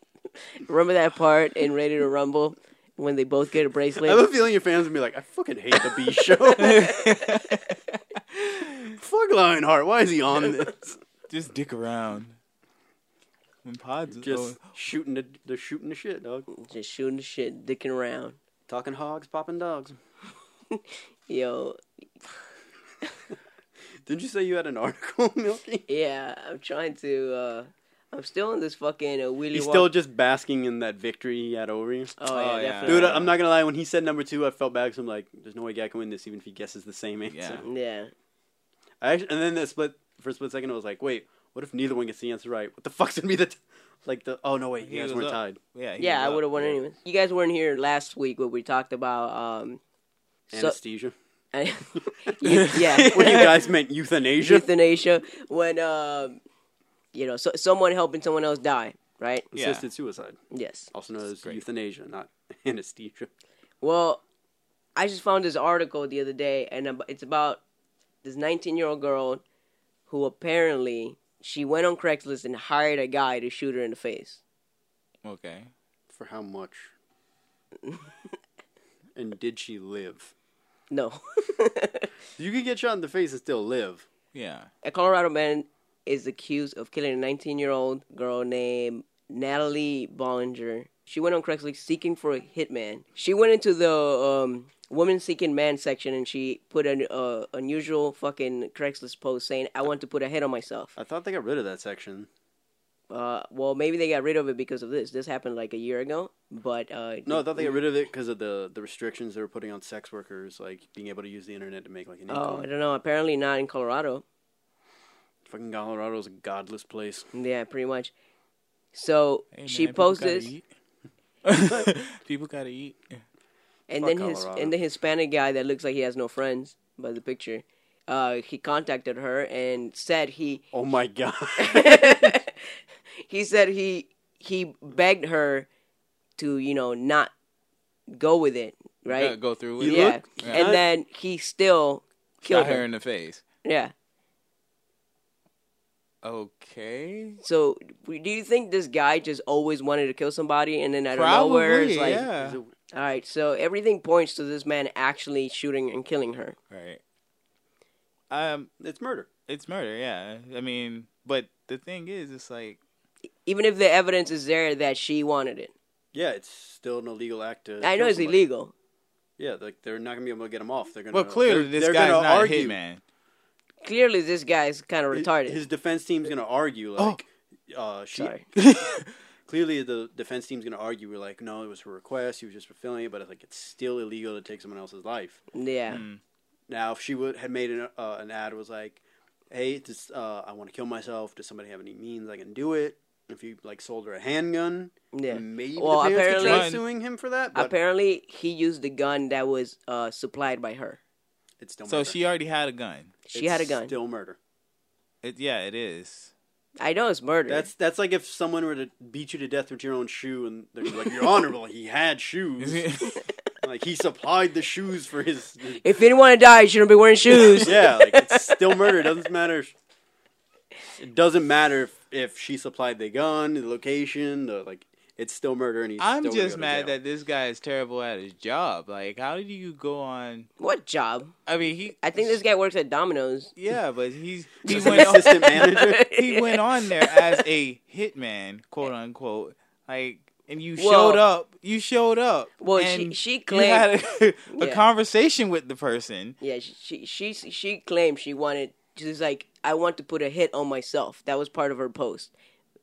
D: remember that part in Ready to Rumble when they both get a
E: I have a
D: bracelet?
E: feeling your fans would be like, "I fucking hate the B show." Fuck Lionheart, why is he on this?
F: Just dick around. When pods oh,
E: Just shooting the, they're shooting the shit, dog.
D: Just shooting shit, dicking around.
E: Talking hogs, popping dogs.
D: Yo,
E: Didn't you say you had an article, Milky?
D: yeah, I'm trying to. uh I'm still in this fucking uh, wheelie.
E: He's
D: wa-
E: still just basking in that victory he had over you.
D: Oh yeah,
F: Oh, yeah.
D: definitely.
E: Dude, I'm not gonna lie. When he said number two, I felt bad. Cause I'm like, there's no way Guy can win this, even if he guesses the same answer.
F: Yeah.
D: Yeah.
E: I actually, and then that split for a split second, I was like, wait, what if neither one gets the answer right? What the fuck's gonna be the, t- like the? Oh no, wait,
F: He
E: you guys
F: was
E: weren't
F: up.
E: tied.
F: yeah, he
D: Yeah,
F: was
D: I
F: up.
D: would have won anyways. You guys weren't here last week when we talked about um So-
E: Anesthesia.
D: yeah,
E: what do you guys meant euthanasia?
D: euthanasia when um you know so, someone helping someone else die right
F: Yeah.
E: Assisted suicide,
D: yes
E: also known as
F: great.
E: euthanasia, not anesthesia.
D: well i just found this article the other day and ab- it's about this 19 year old girl who apparently she went on craigslist and hired a guy to shoot her in the face
F: Okay.
E: For how much? and did she live?
D: no
E: You could get shot in the face and still live.
F: Yeah.
D: a colorado man is accused of killing a 19 year old girl named natalie bollinger she went on craigslist seeking for a hitman she went into the um, woman seeking man section and she put an uh, unusual fucking craigslist post saying i want to put a hit on myself
E: I thought they got rid of that section.
D: uh, well maybe they got rid of it because of this this happened like a year ago but uh,
E: No, I thought they got rid of it because of the the restrictions they were putting on sex workers, like being able to use the internet to make like an
D: oh
E: income.
D: i don't know apparently not in colorado
F: Oh.
E: Fucking Colorado's a godless place.
D: yeah pretty much so
F: Hey,
D: she
F: man, people
D: posted
F: gotta
D: this
F: eat. people gotta eat.
D: and
E: Fuck
D: then his
E: Colorado.
D: and the Hispanic guy that looks like he has no friends by the picture, uh, he contacted her and said he
E: Oh my god!
D: he said he he begged her to you know not go with it
F: Gotta
D: right
F: Go through with
E: You
F: it.
D: yeah.
E: look-
D: and then he still
F: Shot
D: killed
F: her
D: her
F: in the face.
D: yeah
F: Okay.
D: so w- do you think this guy just always wanted to kill somebody and then out of nowhere it's like
F: yeah.
D: all right so everything points to this man actually shooting and killing her
F: Right. Um,
E: it's murder.
F: it's murder. Yeah. I mean, but the thing is, it's like
D: even if the evidence is there that she wanted it
E: Yeah, it's still an illegal act. To
D: I know
E: kill
D: it's
E: somebody.
D: illegal.
E: Yeah, like they're not gonna be able to get him off. They're gonna.
F: Well, clearly
E: they're-
F: uh, this
E: they're
F: guy's
E: gonna
F: not
E: argue.
F: a hitman.
D: Clearly, this guy's kind of
E: His-
D: retarded.
E: His defense team's gonna argue
F: Oh.
E: like. Uh, she,
D: Sorry.
E: clearly, the defense team's gonna argue. We're like, no, it was her request. He was just fulfilling it, but it's like it's still illegal to take someone else's life.
D: Yeah.
E: hmm, Now, if she would had made an, uh, an ad was like, "Hey, this, uh, I want to kill myself. Does somebody have any means I can do it?" If you like sold her a handgun,
D: Yeah.
E: maybe
D: Well,
E: the parents could try
F: apparently-
E: suing him for that. But
D: Apparently, he used the gun that was uh, supplied by her.
E: it's still
F: So
E: murder.
F: she already had a gun.
D: She had a
E: It's
D: gun.
E: Still murder.
F: It, yeah, it is.
D: I know it's murder.
E: That's that's like if someone were to beat you to death with your own shoe, and they're just like, "You're honorable. He had shoes. like he supplied the shoes for his."
D: if you didn't want to die, you shouldn't be wearing shoes.
E: yeah, like it's still murder. It doesn't matter. if- It doesn't matter if, if she supplied the gun, the location, the like. It's still murder, and he's.
F: I'm
E: still gonna
F: just
E: go to
F: mad
E: jail.
F: that this guy is terrible at his job. Like, how do you go on?
D: What job?
F: I mean, he.
D: I think this guy works at Domino's.
F: Yeah, but he's he
E: As an
F: went on,
E: assistant manager.
F: he went on there as a hitman, quote unquote. Like, and you
D: Well-
F: showed up. You showed up.
D: Well, she-
F: and
D: she
F: you
D: claimed-
F: had a, a
D: Yeah.
F: conversation with the person.
D: Yeah, she she she, she claimed she wanted. She's like, I want to put a hit on myself. That was part of her post.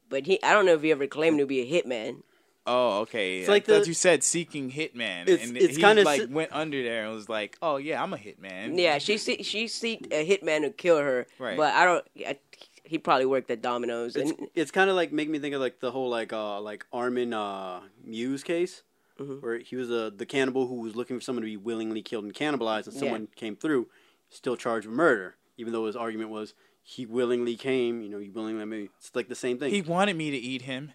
D: But he, I don't know if he ever claimed to be a hitman.
F: Oh, okay. It's
E: like
F: I thought
E: the-
F: you said seeking hitman,
E: It's-
F: and
E: it's
F: he
E: kinda
F: like
E: si-
F: went under there and was like, "Oh yeah, I'm a hitman."
D: Yeah, she se- she seeked a hitman to kill her.
F: Right.
D: But I don't. I, he probably worked at Domino's.
E: It's,
D: and
E: it's kind of like make me think of like the whole like uh like Armin uh Muse case
F: Mm-hmm.
E: where he was uh, the cannibal who was looking for someone to be willingly killed and cannibalized and
D: Yeah.
E: someone came through still charged with murder even though his argument was he willingly came you know you willingly let me it's like the same thing
F: He wanted me to eat him.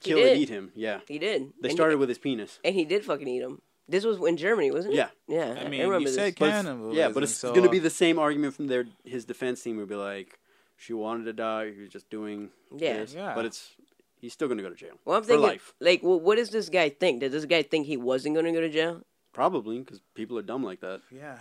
E: kill
D: did.
E: and eat him yeah
D: he did.
E: they
D: And-
E: started with his penis
D: and he did fucking eat him. This was in Germany, wasn't it?
E: Yeah.
D: yeah.
F: I mean,
D: remember
F: you
D: this.
F: said
E: But it's-
F: cannibalism.
E: yeah but it's
F: so,
E: gonna
F: uh,
E: be the same argument from their his defense team would be like she wanted to die he was just doing
D: Yeah.
E: this.
F: Yeah.
E: but it's he's still gonna go to jail
D: Well, I'm
E: for
D: thinking,
E: life
D: like, well, what does this guy think? Does this guy think he wasn't going to go to jail?
E: probably because people are dumb like that
F: Yeah,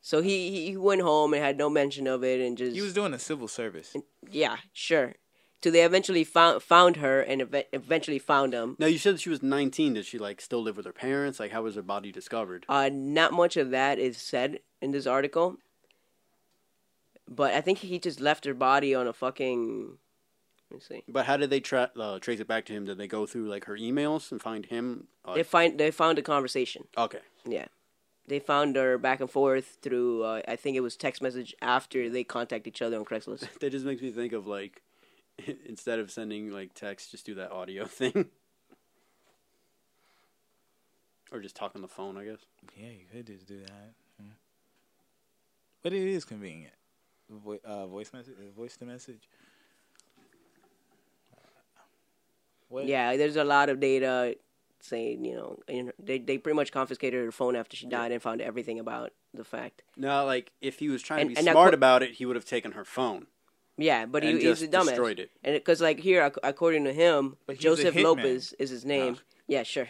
D: So he he- he went home and had no mention of it, and just
F: he was doing a civil service.
D: yeah, sure. So they eventually found found her and ev- eventually found him.
E: Now you said she was 19. Did she like still live with her parents? Like how was her body discovered?
D: Uh, not much of that is said in this article, but I think he just left her body on a fucking. Let me see.
E: But how did they tra- uh, trace it back to him? Did they go through like her emails and find him? Uh,
D: They find they found a conversation.
E: okay.
D: Yeah. They found her back and forth through, uh, I think it was text message after they contact each other on Craigslist.
E: That just makes me think of like instead of sending like text, just do that audio thing. or just talk on the phone, I guess.
F: Yeah, you could just do that. Mm. But it is convenient. Vo- uh, voice message, uh, voice to message. What?
D: Yeah, there's a lot of data saying, you know, in, they, they pretty much confiscated her phone after she died and found everything about the fact.
E: No, like if he was trying
D: And-
E: to be
D: and now
E: smart
D: qu-
E: about it, he would have taken her phone.
D: Yeah, but he,
E: And
D: he's
E: just
D: a dumbass.
E: destroyed it.
D: And because, like, here, ac- according to him,
F: But he's a
D: Joseph
F: hitman.
D: Lopez is his
E: Ah.
D: name. Yeah, sure.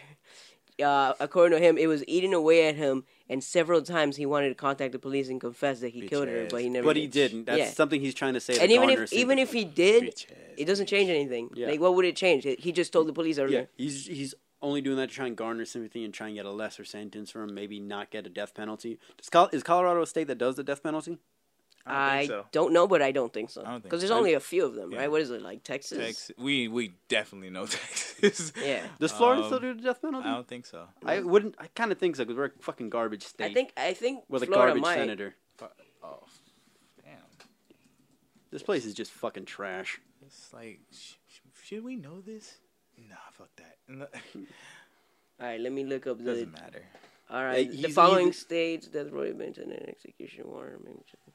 D: Uh, according to him, it was eating away at him, and several times he wanted to contact the police and confess that he killed her,
F: ass.
D: but he never.
E: But
D: did.
E: he didn't. That's
D: Yeah.
E: something he's trying to say. to
D: and even
E: garner
D: if even
E: sympathy.
D: if he did,
F: Bitch ass
D: it doesn't change anything.
E: Yeah.
D: Like, what would it change? He he just told the police
E: Yeah,
D: earlier.
E: he's he's only doing that to try and garner sympathy and try and get a lesser sentence for him, maybe not get a death penalty. Does Col- is Colorado a state that does the death penalty?
D: I,
F: think so.
D: don't know, but I don't think so.
F: don't think
D: Because there's
F: so.
D: only a few of them,
F: Yeah.
D: right? What is it like Texas?
F: Texas. We we definitely know Texas.
D: Yeah,
E: Does Florida still
F: Um,
E: do the death penalty?
F: I
E: I,
F: don't think so.
E: wouldn't. I kind of think so because we're a fucking garbage state
D: I think I think
E: with a
D: Florida
E: garbage
D: might.
E: senator.
F: Oh, damn.
E: This place is just fucking trash.
F: It's like, sh- sh- should we know this? Nah, fuck that. No-
D: All right, let me look up the.
F: Doesn't matter.
D: All right,
E: Yeah,
D: the
E: he's-
D: following
E: he's-
D: states that Roy Benton and execution warrant. Maybe just-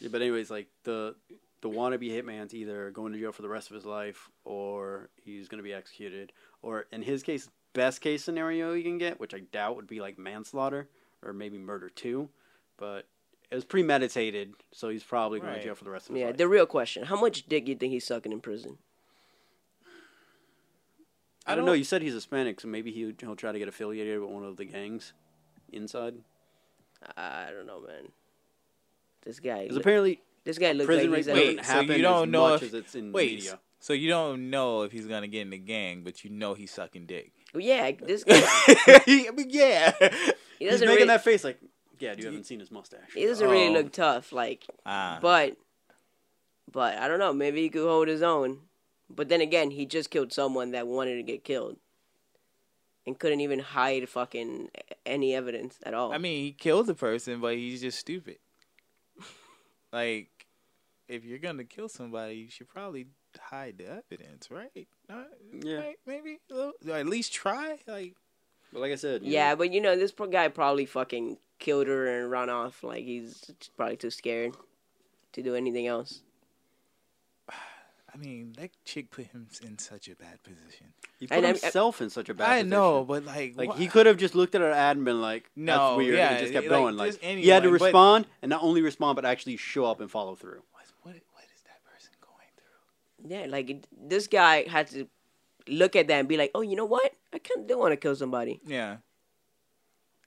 E: Yeah, but anyways, like the the wannabe hitman's either going to jail for the rest of his life or he's going to be executed. Or in his case, best case scenario you can get, which I doubt would be like manslaughter or maybe murder too, but it was premeditated, so he's probably going
F: Right.
E: to jail for the rest of his
D: Yeah,
E: life.
D: the real question: How much dick you think he's sucking in prison?
E: I don't know. You said he's Hispanic, so maybe he'll, he'll try to get affiliated with one of the gangs inside.
D: I don't know, man. This guy.
E: 'Cause apparently,
D: This guy looks
E: prison
D: like he's
E: rape
D: at-
E: doesn't
F: Wait, so
E: happen
F: you don't
E: as
F: know
E: much
F: if
E: as it's in
F: wait,
E: media.
F: so you don't know if he's gonna get in the gang, but you know he's sucking dick.
D: Yeah, this guy.
F: I mean, yeah.
D: He
E: he's
D: doesn't
E: making
D: really.
E: that face like, yeah, dude, you haven't seen his mustache.
D: He doesn't really
F: Oh.
D: look tough. Like
F: Ah,
D: But, but I don't know. Maybe he could hold his own. But then again, he just killed someone that wanted to get killed, and couldn't even hide fucking any evidence at all.
F: I mean, he killed the person, but he's just stupid. Like, if you're gonna kill somebody, you should probably hide the evidence, right? Not,
E: Yeah.
F: right, maybe a little, or at least try. Like,
E: But like I said, you
D: Yeah,
E: know,
D: but you know this poor guy probably fucking killed her and run off. Like he's probably too scared to do anything else.
F: I mean, that chick put him in such a bad position.
E: he
D: and
E: put
D: I'm- uh,
E: himself in such a bad.
F: I know,
E: position.
F: but like,
E: Like
F: wha-
E: he could have just looked at her ad and been like, "That's
F: No,
E: weird,"
F: yeah,
E: and just kept
F: like,
E: going. Like
F: just
E: he had to
F: anyone, but-
E: respond, and not only respond, but actually show up and follow through.
F: What, what, what is that person going through?
D: Yeah, like it- this guy had to look at that and be like, oh, you know what? I kind of do want to kill somebody.
F: Yeah,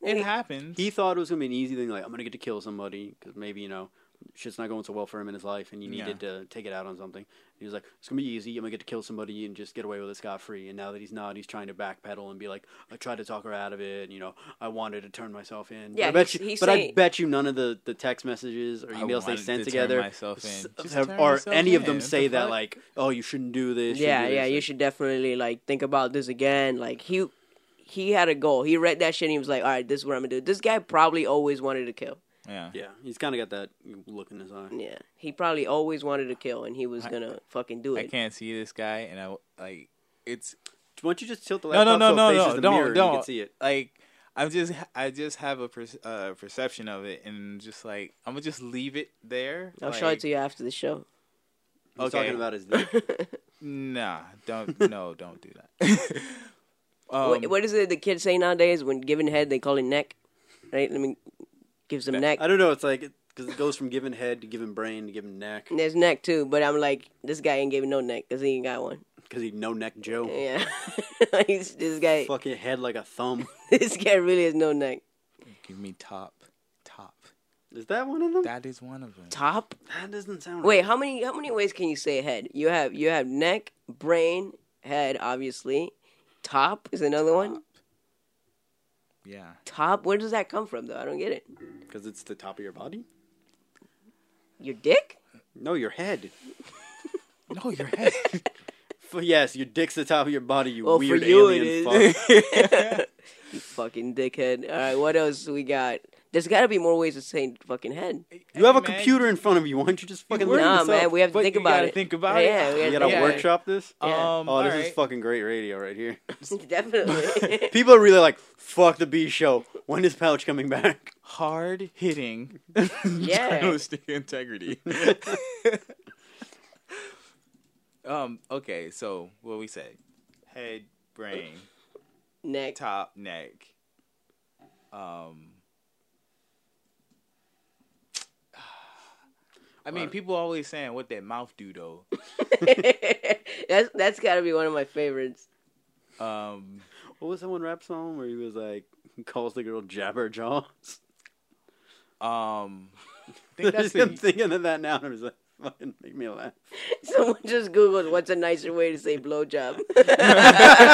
D: And
F: it
D: he-
F: happens.
E: He thought it was gonna be an easy thing, like I'm gonna get to kill somebody because maybe you know shit's not going so well for him in his life, and he
F: Yeah.
E: needed to take it out on something. He was like, "It's gonna be easy. I'm gonna get to kill somebody and just get away with it scot free." And now that he's not, he's trying to backpedal and be like, "I tried to talk her out of it. And, you know, I wanted to turn myself in."
D: Yeah,
E: but I bet
D: he's-
E: you,
D: he's
E: but I
D: saying-
E: bet you none of the, the text messages or
F: I
E: emails they
F: wanted
E: sent
F: to turn
E: together
F: myself in.
E: s-
F: Just
E: have-
F: turn
E: or
F: yourself
E: any of
F: in.
E: them
F: What
E: say
F: the
E: that
F: fuck?
E: like, "Oh, you shouldn't do this." shouldn't
D: yeah,
E: do
D: yeah,
E: this."
D: you
E: Like,
D: should definitely like think about this again. Like he he had a goal. He read that shit and he was like, all right, this is what I'm gonna do. This guy probably always wanted to kill.
F: yeah.
E: Yeah, he's kind of got that look in his eye.
D: Yeah, he probably always wanted to kill and he was gonna fucking do
F: I
D: it.
F: can't see this guy, and I like it's
E: Why don't you just tilt the
F: no,
E: laptop
F: no, no,
E: so
F: no,
E: it faces
F: no,
E: the
F: don't,
E: mirror and
F: don't.
E: you can see it?
F: Like I'm just, I just have a per, uh, perception of it, and just like I'm gonna just leave it there.
D: I'll
F: like,
D: show it to you after the show.
E: He's
F: Okay.
E: talking about his dick.
F: Nah, don't, no, don't do that. um,
D: what, what is it the kids say nowadays? When giving head, they call it neck, right? Let me give some neck.
E: I don't know. It's like because it goes from giving head to giving brain to giving neck
D: There's neck too, but I'm like, this guy ain't giving no neck because he ain't got one.
E: because he no neck Joe.
D: Yeah, He's, this guy,
E: Fucking head like a thumb.
D: this guy really has no neck.
F: give me top, top.
E: Is that one of them? That,
F: That is one of them.
D: Top.
E: doesn't sound
D: Wait,
E: right.
D: how many how many ways can you say head? You have you have neck, brain, head, obviously. Top is another one.
F: Yeah,
D: Top. Where does that come from though? I don't get it.
E: Because it's the top of your body.
D: Your dick.
E: No, your head.
F: no, your head.
E: F- yes, your dick's the top of your body. You
D: Well, for
E: weird
D: you it
E: alien
D: is.
E: fuck.
D: You fucking dickhead. All right, what else we got? There's got to be more ways to say fucking head.
E: you have a
F: Hey, man.
E: computer in front of you. Why don't you just fucking learn
D: Nah,
E: this
D: man,
E: up?
D: we have to
F: But
D: think
F: you
D: about
F: gotta
D: it.
F: think about
D: yeah,
F: it.
D: we
E: You
D: gotta
E: gotta
D: think about
E: workshop this.
F: Um,
E: oh, this is
F: alright.
E: fucking great radio right here.
D: it. Definitely.
E: People are really like, "Fuck the B show." When is Pouch coming back?
F: hard hitting
D: Yeah.
F: journalistic integrity. um. Okay. So what we say? Head, brain,
D: neck.
F: top, neck. Um. I mean, people always saying what that mouth do though.
D: that's that's got to be one of my favorites.
F: Um,
E: What was that one rap song where he was like, he calls the girl Jabberjaw?
F: um, I think
E: I'm
F: that's the-
E: thinking of that now, and it's like, fucking make me laugh.
D: Someone just googled what's a nicer way to say blowjob.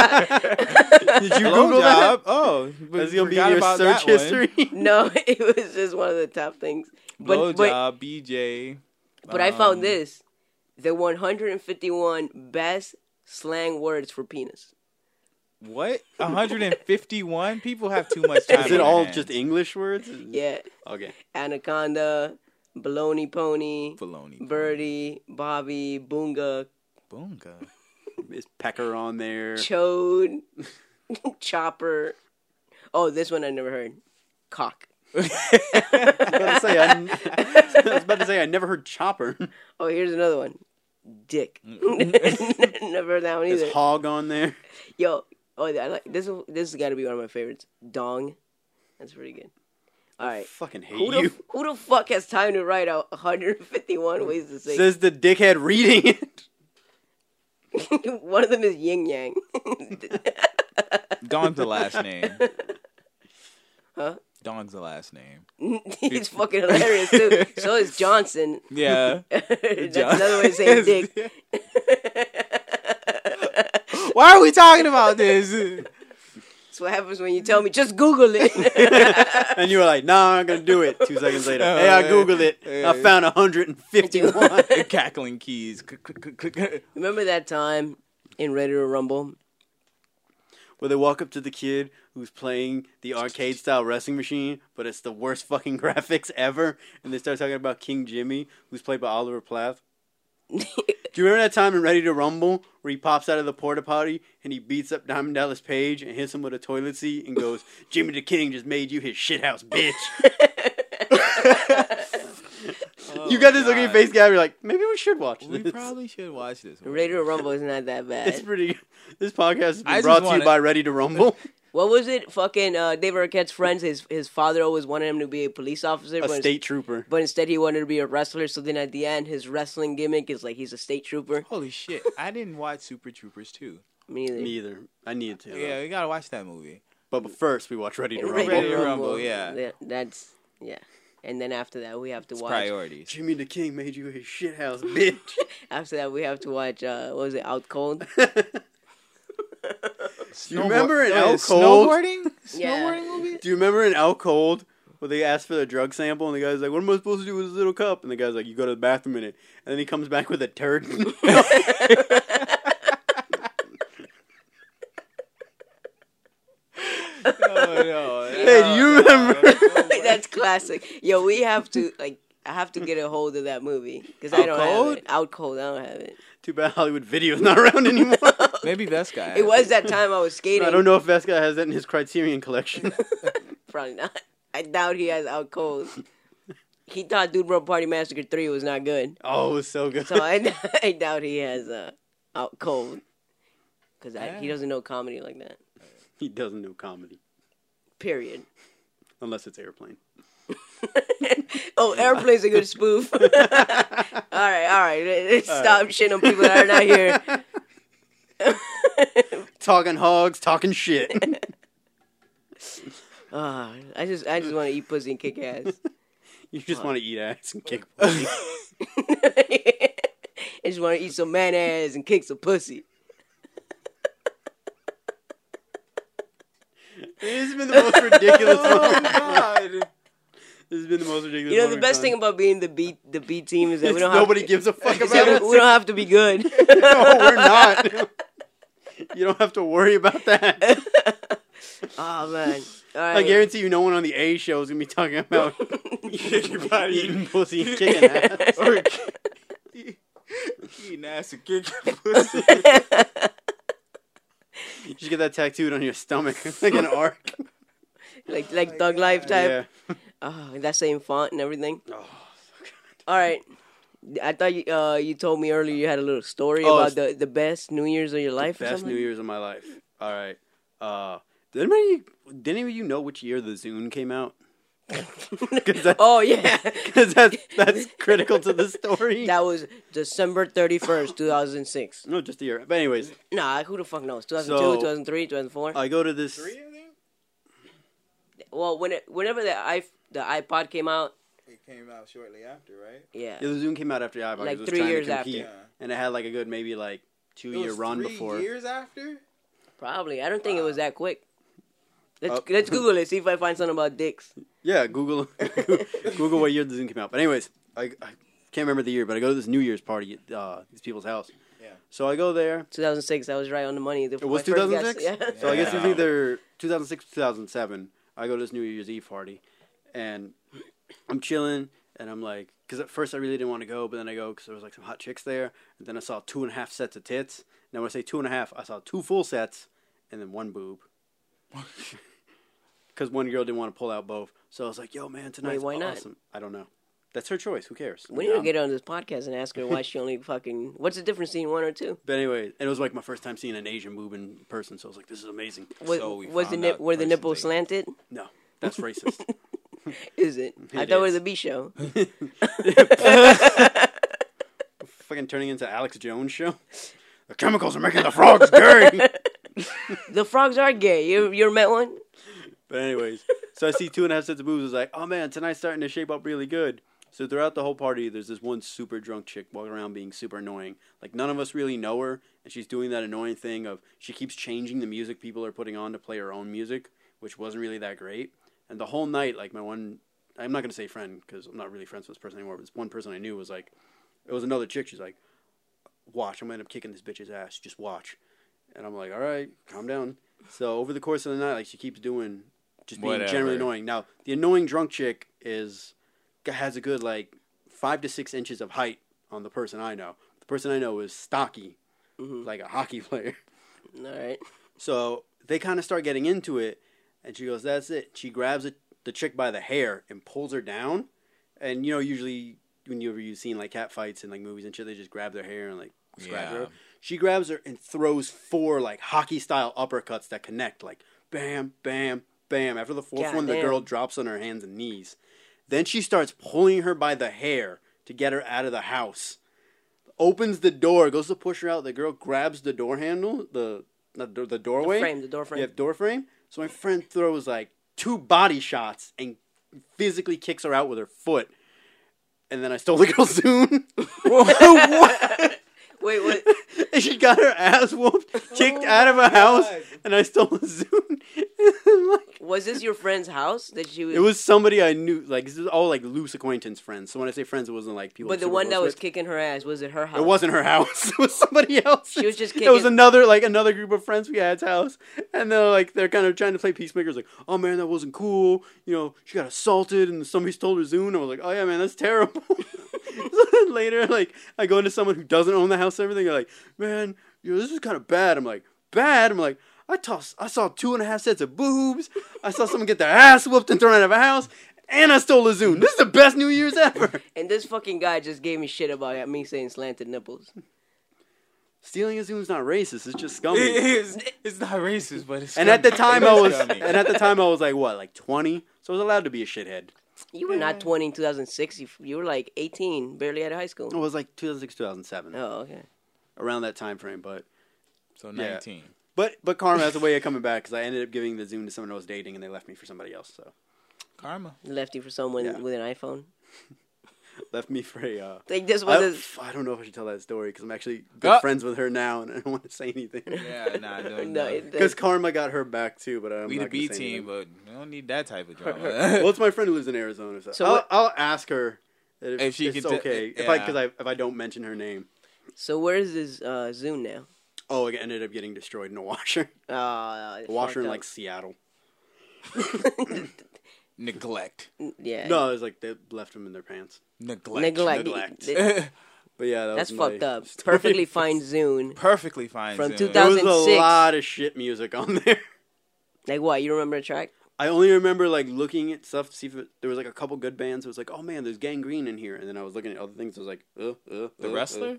E: Did you
F: Blow
E: Google that?
F: job? Oh, but
E: That's
F: you
E: gonna be
F: forgot
E: in your
F: about
E: search
F: that one.
E: history.
D: no, it was just one of the top things. But
F: Blow
D: but
F: job, BJ.
D: but I found
F: um,
D: this: the 151 best slang words for penis.
F: What? 151 people have too much time.
E: Is
F: on
E: it
F: their
E: all
F: hands.
E: just English words?
D: Yeah,
E: Okay.
D: anaconda, baloney pony,
F: baloney?
D: birdie, bobby, boonga,
F: Boonga.
E: Is Pecker on there?
D: chode, chopper. Oh, this one I never heard. Cock.
E: I, was about to say, I, I was about to say I never heard Chopper.
D: Oh, here's another one. Dick. Never heard that one either.
E: Is Hog on there?
D: Yo, oh, I like this. is- This has got to be one of my favorites. Dong. That's pretty good. All right.
E: Fucking hate
D: Who
E: you.
D: the, who the fuck has time to write out 151 ways to say?
E: Says the dickhead reading it.
D: one of them is yin yang.
F: Dong's the last name.
D: Huh?
F: Dong's the last name.
D: He's fucking hilarious too. So is Johnson.
F: Yeah.
D: That's another way of saying dick.
F: Why are we talking about this?
D: That's what happens when you tell me just Google it.
E: And you were like, nah, I'm not gonna do it. Two seconds later, hey, I Googled it. I found 151.
F: Cackling keys. Click, click, click, click, click.
D: Remember that time in Ready to Rumble?
E: where they walk up to the kid who's playing the arcade style wrestling machine, but it's the worst fucking graphics ever, and they start talking about King Jimmy, who's played by Oliver Plath. Do you remember that time in Ready to Rumble where he pops out of the porta potty and he beats up Diamond Dallas Page and hits him with a toilet seat and goes, "Jimmy the King just made you his shithouse bitch." you got this ugly
F: Oh, God.
E: face, Gab. You're like, maybe we should watch
F: We
E: this.
F: probably should watch this. one.
D: Radio Rumble is not that
E: It's
D: bad.
E: pretty. This podcast has
F: I
E: been
F: just
E: brought to you
F: wanna-
E: by Ready to Rumble,
D: What was it? Fucking uh, Dave Arquette's friends. His his father always wanted him to be a police officer,
E: a
D: but,
E: state trooper.
D: but instead he wanted to be a wrestler. So then at the end, his wrestling gimmick is like he's a state trooper.
F: Holy shit! I didn't watch Super Troopers two.
D: Me neither.
E: Me either. I need to.
F: Yeah, we gotta watch that movie.
E: But, but first, we watch Ready to
D: Ready
E: Rumble.
F: Ready to
D: Rumble,
F: Rumble, yeah.
D: That's yeah. And then after that, we have to watch.
F: Priorities.
E: Jimmy the King made you his shithouse bitch.
D: After that, we have to watch. Uh, what was it? Out cold.
E: you remember in Out Cold?
F: Snowboarding?
D: Yeah.
F: Snowboarding movie?
E: Do you remember in Out Cold where they asked for the drug sample and the guy's like, "What am I supposed to do with this little cup?" And the guy's like, "You go to the bathroom in it." And then he comes back with a turd.
F: Oh no!
E: hey, you remember?
D: That's classic. Yo, we have to like. I have to get a hold of that movie because I
E: Out
D: don't have
E: Cold?
D: it. Out cold. I don't have it.
E: Too bad Hollywood Video's not around anymore.
F: Maybe best guy.
D: It was that time I was skating.
E: I don't know if Vesca has that in his Criterion collection.
D: Probably not. I doubt he has out cold. He thought Dude Bro Party Massacre Three was not good,
E: oh, it was so good.
D: so I, I doubt he has uh, out cold because he doesn't know comedy like that.
E: he doesn't know comedy
D: Period.
E: unless it's Airplane.
D: Oh, Airplane's a good spoof. all right, all right. Stop shitting on people that are not here.
E: Talking hogs, talking shit.
D: Ah, I just I just want to eat pussy and kick ass.
E: you just want to eat ass and kick. pussy.
D: I just want to eat some man ass and kick some pussy.
E: this has been the most ridiculous
F: Oh
E: one.
F: god!
E: This has been the most ridiculous.
D: You know
E: one
D: the
E: we've
D: best
E: done.
D: thing about being the B the B team is that we
E: It's
D: don't
E: nobody
D: have to,
E: gives a fuck
D: is that
E: about us.
D: we, we don't have to be good.
E: no, we're not. you don't have to worry about that.
D: oh man! All
E: I
D: right,
E: guarantee you, no one on the A show is gonna be talking about eating pussy and kicking ass.
F: Or eating ass and kicking pussy.
E: You should get that tattooed on your stomach, like an arc.
D: like like Thug Life type.
E: Yeah.
D: Oh, that same font and everything.
E: Oh,
D: All right. I thought you uh, you told me earlier you had a little story
E: Oh,
D: about the, the best New Year's of your life. or
E: Best
D: something?
E: New Year's of my life. All right. Uh, did anybody? Did any of you know which year the Zune came out? Because that,
D: Oh yeah,
E: 'cause that's that's critical to the story.
D: that was December thirty first, two thousand six.
E: no, just the year. But anyways,
D: Nah, who the fuck knows? Two thousand
E: So- uh,
D: two, two thousand three, two thousand four.
E: I go to this.
D: Well, when it, whenever the i the iPod came out,
F: It came out shortly after, right?
D: yeah,
E: Yeah, the Zoom came out after the iPod. 'cause
D: Like
E: it was
D: three
E: trying to
D: years after.
E: compete,
F: Yeah.
E: and it had like a good maybe like two
F: It
E: year
F: was
E: run
F: three
E: before.
F: Years after?
D: probably. I don't think it was that quick. Let's
E: Uh,
D: let's Google it. See if I find something about dicks.
E: Yeah, Google Google what year the Zoom came out. But anyways, I, I can't remember the year, but I go to this New Year's party at uh, these people's house.
F: Yeah.
E: So I go there.
D: Two thousand six. I was right on the money. The,
E: It was
D: my first guess,
E: 2006.
D: Yeah.
E: So I guess it was
F: Yeah.
E: either 2006 2007. I go to this New Year's Eve party, and I'm chilling, and I'm like, because at first I really didn't want to go, but then I go because there was like some hot chicks there, and then I saw two and a half sets of tits. Now when I say two and a half, I saw two full sets, and then one boob. Because one girl didn't want to pull out both, so I was like, "Yo, man, tonight's
D: why not?
E: awesome." I don't know. That's her choice. Who cares?
D: We need to get on this podcast and ask her why she only fucking. What's the difference between one or two?
E: But anyway, and it was like my first time seeing an Asian boob in person, so I was like, "This is amazing."
D: Was,
F: So we
D: was the
F: found
D: nip,
F: out
D: were the
F: person
D: nipples
F: taken.
D: slanted?
E: No, that's racist.
D: Is it? I thought it was
E: is.
D: a B show.
E: fucking turning into Alex Jones show. The chemicals are making the frogs dirty.
D: the frogs are gay. You you ever met one?
E: but anyways, so I see two and a half sets of boobs. I was like, oh man, tonight's starting to shape up really good. So throughout the whole party, there's this one super drunk chick walking around being super annoying. Like none of us really know her, and she's doing that annoying thing of she keeps changing the music people are putting on to play her own music, which wasn't really that great. And the whole night, like my one, I'm not gonna say friend because I'm not really friends with this person anymore. But this one person I knew was like, it was another chick. She's like, watch, I'm gonna end up kicking this bitch's ass. Just watch. And I'm like, all right, calm down. So over the course of the night, like she keeps doing, just being generally
F: Whatever.
E: annoying. Now the annoying drunk chick is has a good like five to six inches of height on the person I know. The person I know was stocky, like a hockey player.
D: All right.
E: So they kind of start getting into it, and she goes, "That's it." She grabs it, the chick by the hair and pulls her down. And you know, usually when you you've seen like cat fights and like movies and shit, they just grab their hair and like scratch
F: Yeah.
E: her. She grabs her and throws four like hockey style uppercuts that connect, like bam, bam, bam. After the fourth
D: God
E: one, the
D: damn.
E: girl drops on her hands and knees. Then she starts pulling her by the hair to get her out of the house. Opens the door, goes to push her out. The girl grabs the door handle, the not the, the doorway,
D: frame, the door frame.
E: Yeah, door frame. So my friend throws like two body shots and physically kicks her out with her foot. And then I stole the girl's Zoom.
D: Wait, what?
E: and she got her ass whooped, kicked out
D: Oh
E: of a house, and I stole the Zoom. And, like,
D: was this your friend's house that she was?
E: it was somebody I knew. Like this is all like loose acquaintance friends. So when I say friends, it wasn't like people. I'm
D: But the
E: super
D: one that
E: close
D: was
E: with.
D: kicking her ass was it her house?
E: It wasn't her house. It was somebody else.
D: She was just
E: It was
D: kicking-
E: another like another group of friends we had's house, and they're like they're kind of trying to play peacemakers. Like, oh man, that wasn't cool. You know, she got assaulted and somebody stole her Zune. I was like, oh yeah, man, that's terrible. so then later, like I go into someone who doesn't own the house and everything. They're like, man, you know, this is kind of bad. I'm like, bad. I'm like. I, toss, I saw two and a half sets of boobs. I saw someone get their ass whooped and thrown out of a house. And I stole a Zune. This is the best New Year's ever.
D: And this fucking guy just gave me shit about me saying slanted nipples.
E: Stealing a Zune's not racist. It's just scummy.
F: It is. It's not racist, but it's.
E: And at the time I was, and
F: Scummy.
E: at the time I was like what, like twenty? So I was allowed to be a shithead.
D: You were not 20 in 2006. You, you were like 18, barely out of high
E: It
D: school.
E: was like 2006, 2007,
D: Oh, okay.
E: around that time frame. But
F: so nineteen.
E: but but karma has a way of coming back because I ended up giving the Zoom to someone I was dating, and they left me for somebody else. So
F: Karma.
D: Lefty for someone
E: Yeah.
D: with an iPhone.
E: left me for a. Uh,
D: Like this
E: I,
D: was
E: don't,
D: a
E: I don't know if I should tell that story because I'm actually good
F: Ah.
E: friends with her now, and I don't want to say anything
F: Yeah, nah, no,
D: no.
F: no.
D: It,
E: because karma got her back too. But I'm
F: we the
E: not gonna
F: B
E: say
F: team,
E: anything.
F: but we don't need that type of drama.
E: well, it's my friend who lives in Arizona, so,
D: So
E: I'll,
D: what-
E: I'll ask her if,
F: If she
E: it's
F: could d-
E: okay if I
F: yeah.
E: because I, if I don't mention her name.
D: so where is this uh, Zoom now?
E: Oh, it ended up getting destroyed in a washer.
D: Uh,
E: A washer in like
D: fucked
E: Seattle.
F: Neglect.
D: up. yeah.
E: No, it was like they left them in their pants.
F: Neglect.
D: Neglect.
E: neglect.
D: Th-
E: But yeah, that
D: That's
E: was my
D: fucked up.
E: story.
D: Perfectly fine Zune.
F: Perfectly fine.
D: From
F: Zoom.
D: 2000
E: There was a
D: 2006.
E: lot of shit music on there.
D: Like what? You remember the track?
E: I only remember like looking at stuff to see if it, there was like a couple good bands. It was like, oh man, there's Gangrene in here, and then I was looking at other things. I was like, uh, uh,
F: The
E: uh, uh.
F: wrestler?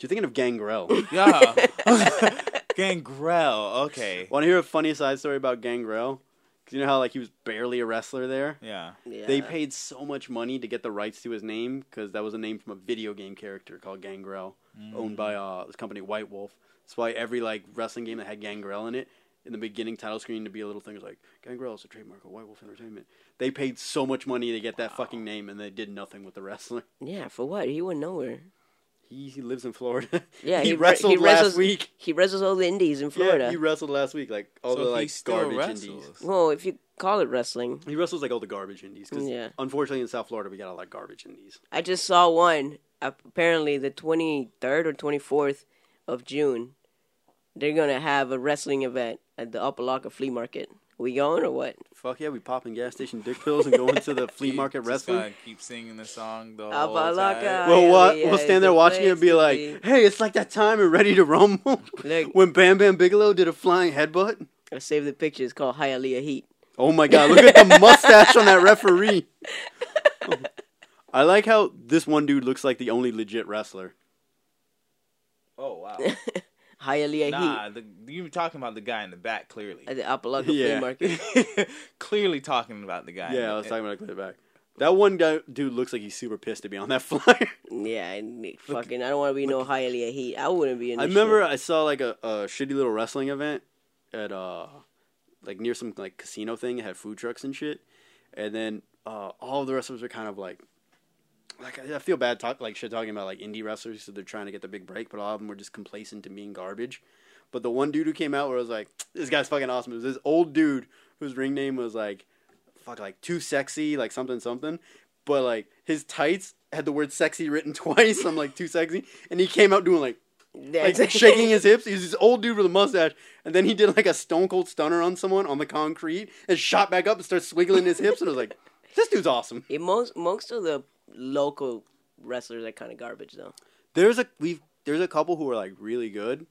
E: You're thinking of Gangrel.
F: Yeah. Gangrel. Okay.
E: Want to hear a funny side story about Gangrel? Because you know how like he was barely a wrestler there.
F: Yeah.
D: Yeah.
E: They paid so much money to get the rights to his name because that was a name from a video game character called Gangrel, owned by
F: Mm.
E: uh, this company White Wolf. That's why every like wrestling game that had Gangrel in it, in the beginning title screen, to be a little thing was like Gangrel is a trademark of White Wolf Entertainment. They paid so much money to get that fucking name, and they did nothing with the wrestler.
D: Yeah. For what? He went nowhere.
E: He, he lives in Florida.
D: Yeah.
E: he,
D: re-
E: wrestled
D: wrestles-
E: last week.
D: He wrestles all the indies in Florida.
E: Yeah, he wrestled last week. Like all the
F: So he
E: like
F: still
E: garbage
F: wrestles.
E: indies.
D: well, if you call it wrestling,
E: He wrestles like all the garbage indies because
D: Yeah.
E: unfortunately in South Florida we got a lot of garbage indies.
D: I just saw one. Apparently, the 23rd or 24th of June, they're gonna have a wrestling event at the Apalaca Flea Market. We going or what?
E: Fuck yeah, we popping gas station dick pills and going to the flea market
F: Just
E: wrestling.
F: gonna keep singing the song the whole
D: Apalaca.
F: time.
E: We'll, wa-
D: yeah,
E: we'll
D: it's
E: stand there
D: a
E: watching it and
D: place
E: be
D: to
E: like,
D: be.
E: hey, it's like that time in Ready to Rumble
D: Look.
E: when Bam Bam Bigelow did a flying headbutt.
D: I saved the picture. It's called Hialeah Heat.
E: Oh my God, look at the mustache on that referee. I like how this one dude looks like the only legit wrestler.
F: Oh wow.
D: Hialeah
F: Nah, the, you were talking about the guy in the back clearly.
D: Heat at the Apalaca
E: Yeah.
D: Flea Market.
F: clearly talking about the guy. in
E: Yeah,
F: the-
E: I was talking about it later back. That one guy, dude looks like he's super pissed to be on that flyer.
D: Yeah, and it fucking. I don't want to be no Hialeah Heat. I wouldn't be in.
E: I
D: this
E: remember
D: shit.
E: I saw like a, a shitty little wrestling event at uh like near some like casino thing. It had food trucks and shit, and then uh, all the wrestlers were kind of like like I I feel bad talk like shit talking about like indie wrestlers, so they're trying to get the big break, but all of them were just complacent to being garbage. But the one dude who came out where I was like, this guy's fucking awesome. It was this old dude whose ring name was like fuck like too sexy, like something something. But like his tights had the word sexy written twice. I'm like too sexy, and he came out doing like
D: That's-
E: like shaking his hips. He's this old dude with a mustache, and then he did like a stone cold stunner on someone on the concrete and shot back up and starts swiggling his hips. And I was like, this dude's awesome.
D: It, most most of the local wrestlers are kind of garbage though.
E: There's a we've there's a couple who are like really good.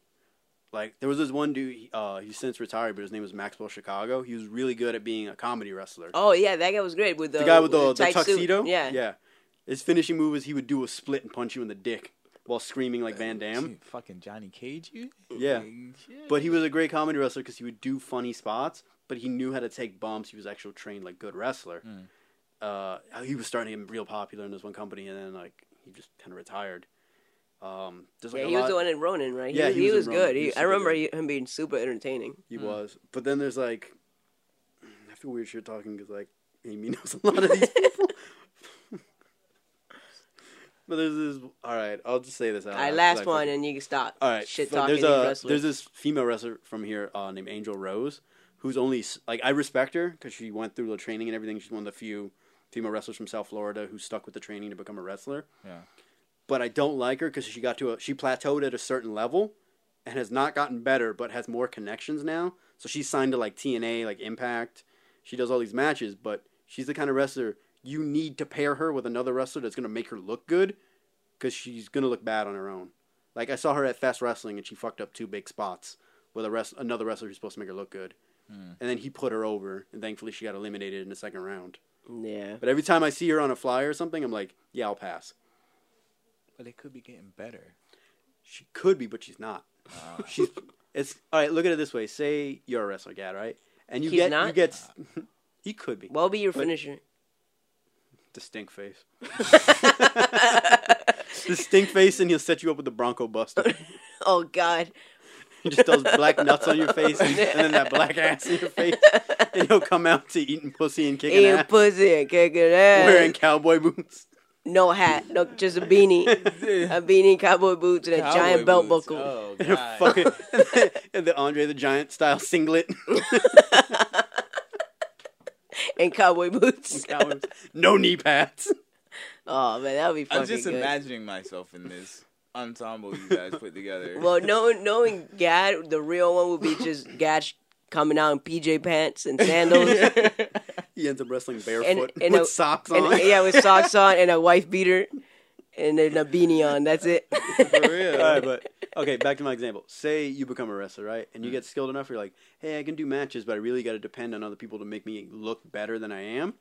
E: Like there was this one dude. he- Uh, he's since retired, but his name was Maxwell Chicago. He was really good at being a comedy wrestler.
D: Oh yeah, that guy was great with the,
E: the guy with the, the
D: tight suit.
E: tuxedo.
D: Yeah,
E: yeah. His finishing move is he would do a split and punch you in the dick while screaming like Van Damme.
F: fucking Johnny Cage, you.
E: Yeah. But he was a great comedy wrestler because he would do funny spots, but he knew how to take bumps. He was actually trained like good wrestler. Uh, he was starting to get real popular in this one company, and then like he just kind of retired. Um, there's, like,
D: yeah,
E: a
D: he was
E: lot-
D: the one in Ronin, right?
E: Yeah,
D: he,
E: he
D: he
E: was in
D: was,
E: Ronin.
D: good.
E: He
D: He,
E: was
D: I
E: super
D: remember him being super entertaining.
E: He was. But then there's like, I feel weird shit talking because like Amy knows a lot of these people. but there's this. All right, I'll just say this out.
D: All right,
E: loud,
D: last
E: 'cause Uh, I
D: one,
E: fucking-
D: and you can stop.
E: all right,
D: shit
E: so
D: talking
E: There's a
D: wrestlers.
E: there's this female wrestler from here uh, named Angel Rose, who's only s- like I respect her because she went through the training and everything. She's one of the few female wrestlers from South Florida who stuck with the training to become a wrestler.
F: Yeah.
E: But I don't like her because she got to a she plateaued at a certain level, and has not gotten better, but has more connections now. So she's signed to like TNA, like Impact. She does all these matches, but she's the kind of wrestler you need to pair her with another wrestler that's gonna make her look good because she's gonna look bad on her own. Like I saw her at Fast Wrestling and she fucked up two big spots with a rest- another wrestler who's supposed to make her look good, and then he put her over, and thankfully she got eliminated in the second round.
D: yeah.
E: But every time I see her on a flyer or something, I'm like, yeah, I'll pass.
F: But it could be getting better.
E: She could be, but she's not. she's it's all right. Look at it this way: say you're a wrestler, Gad, right? And you
D: He's
E: get you
D: not?
E: get s- he could be
D: What would be your finisher?
E: distinct face, distinct face, and he'll set you up with the Bronco Buster.
D: Oh God,
E: He just throws black nuts on your face, and then that black ass in your face, and he'll come out to eating pussy and kicking
D: eating
E: ass,
D: pussy, and kicking ass.
E: wearing cowboy boots.
D: no hat, no, just a beanie, a beanie, cowboy boots, and a giant belt buckle.
F: Oh
E: and a
F: god.
E: fucking and the Andre the Giant style singlet.
D: and cowboy boots.
E: no knee pads.
D: oh man, that would be fucking
F: I'm just
D: good.
F: imagining myself in this ensemble you guys put together.
D: Well, knowing knowing Gad, the real one would be just Gad sh- coming out in PJ pants and sandals,
E: He ends up wrestling
D: and,
E: barefoot
D: and
E: with
D: a-
E: socks
D: and-
E: on.
D: yeah, with socks on and a wife beater, and then a beanie on. That's it.
F: for real.
E: All right, but okay, back to my example. Say you become a wrestler, right? And you get skilled enough, you're like, hey, I can do matches, but I really got to depend on other people to make me look better than I am.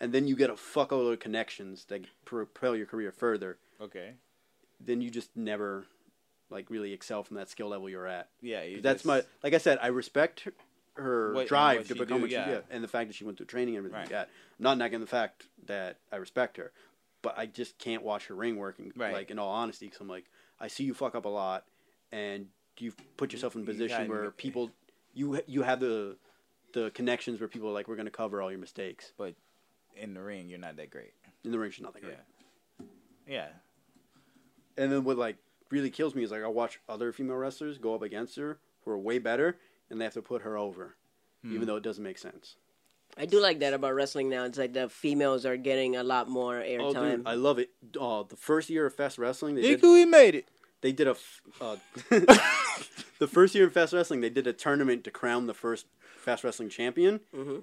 E: And then you get a fuckload of connections that propel your career further.
F: Okay.
E: Then you just never, like, really excel from that skill level you're at.
F: Yeah. you
E: That's
F: just-
E: my, like I said, I respect her- her
F: What-
E: drive
F: what
E: to
F: she
E: become
F: do,
E: what
F: yeah.
E: she did, and the fact that she went through training and everything like
F: Right.
E: that. I'm not knocking the fact that I respect her, but I just can't watch her ring working.
F: Right.
E: Like in all honesty, because I'm like, I see you fuck up a lot, and you've put yourself in a
F: You
E: position
F: gotta
E: where
F: make-
E: people, you you have the the connections where people are like, we're gonna cover all your mistakes.
F: But in the ring, you're not that great.
E: In the ring, she's not that great.
F: Yeah. Yeah.
E: And then what like really kills me is like I watch other female wrestlers go up against her who are way better, and they have to put her over,
F: Hmm.
E: even though it doesn't make sense.
D: I do like that about wrestling now. It's like the females are getting a lot more
E: Oh,
D: airtime.
E: dude, I love it. Oh, the first year of Fest Wrestling, they did,
F: we made it.
E: they did a f- uh, the first year of Fest Wrestling, they did a tournament to crown the first Fest Wrestling champion,
D: Mm-hmm.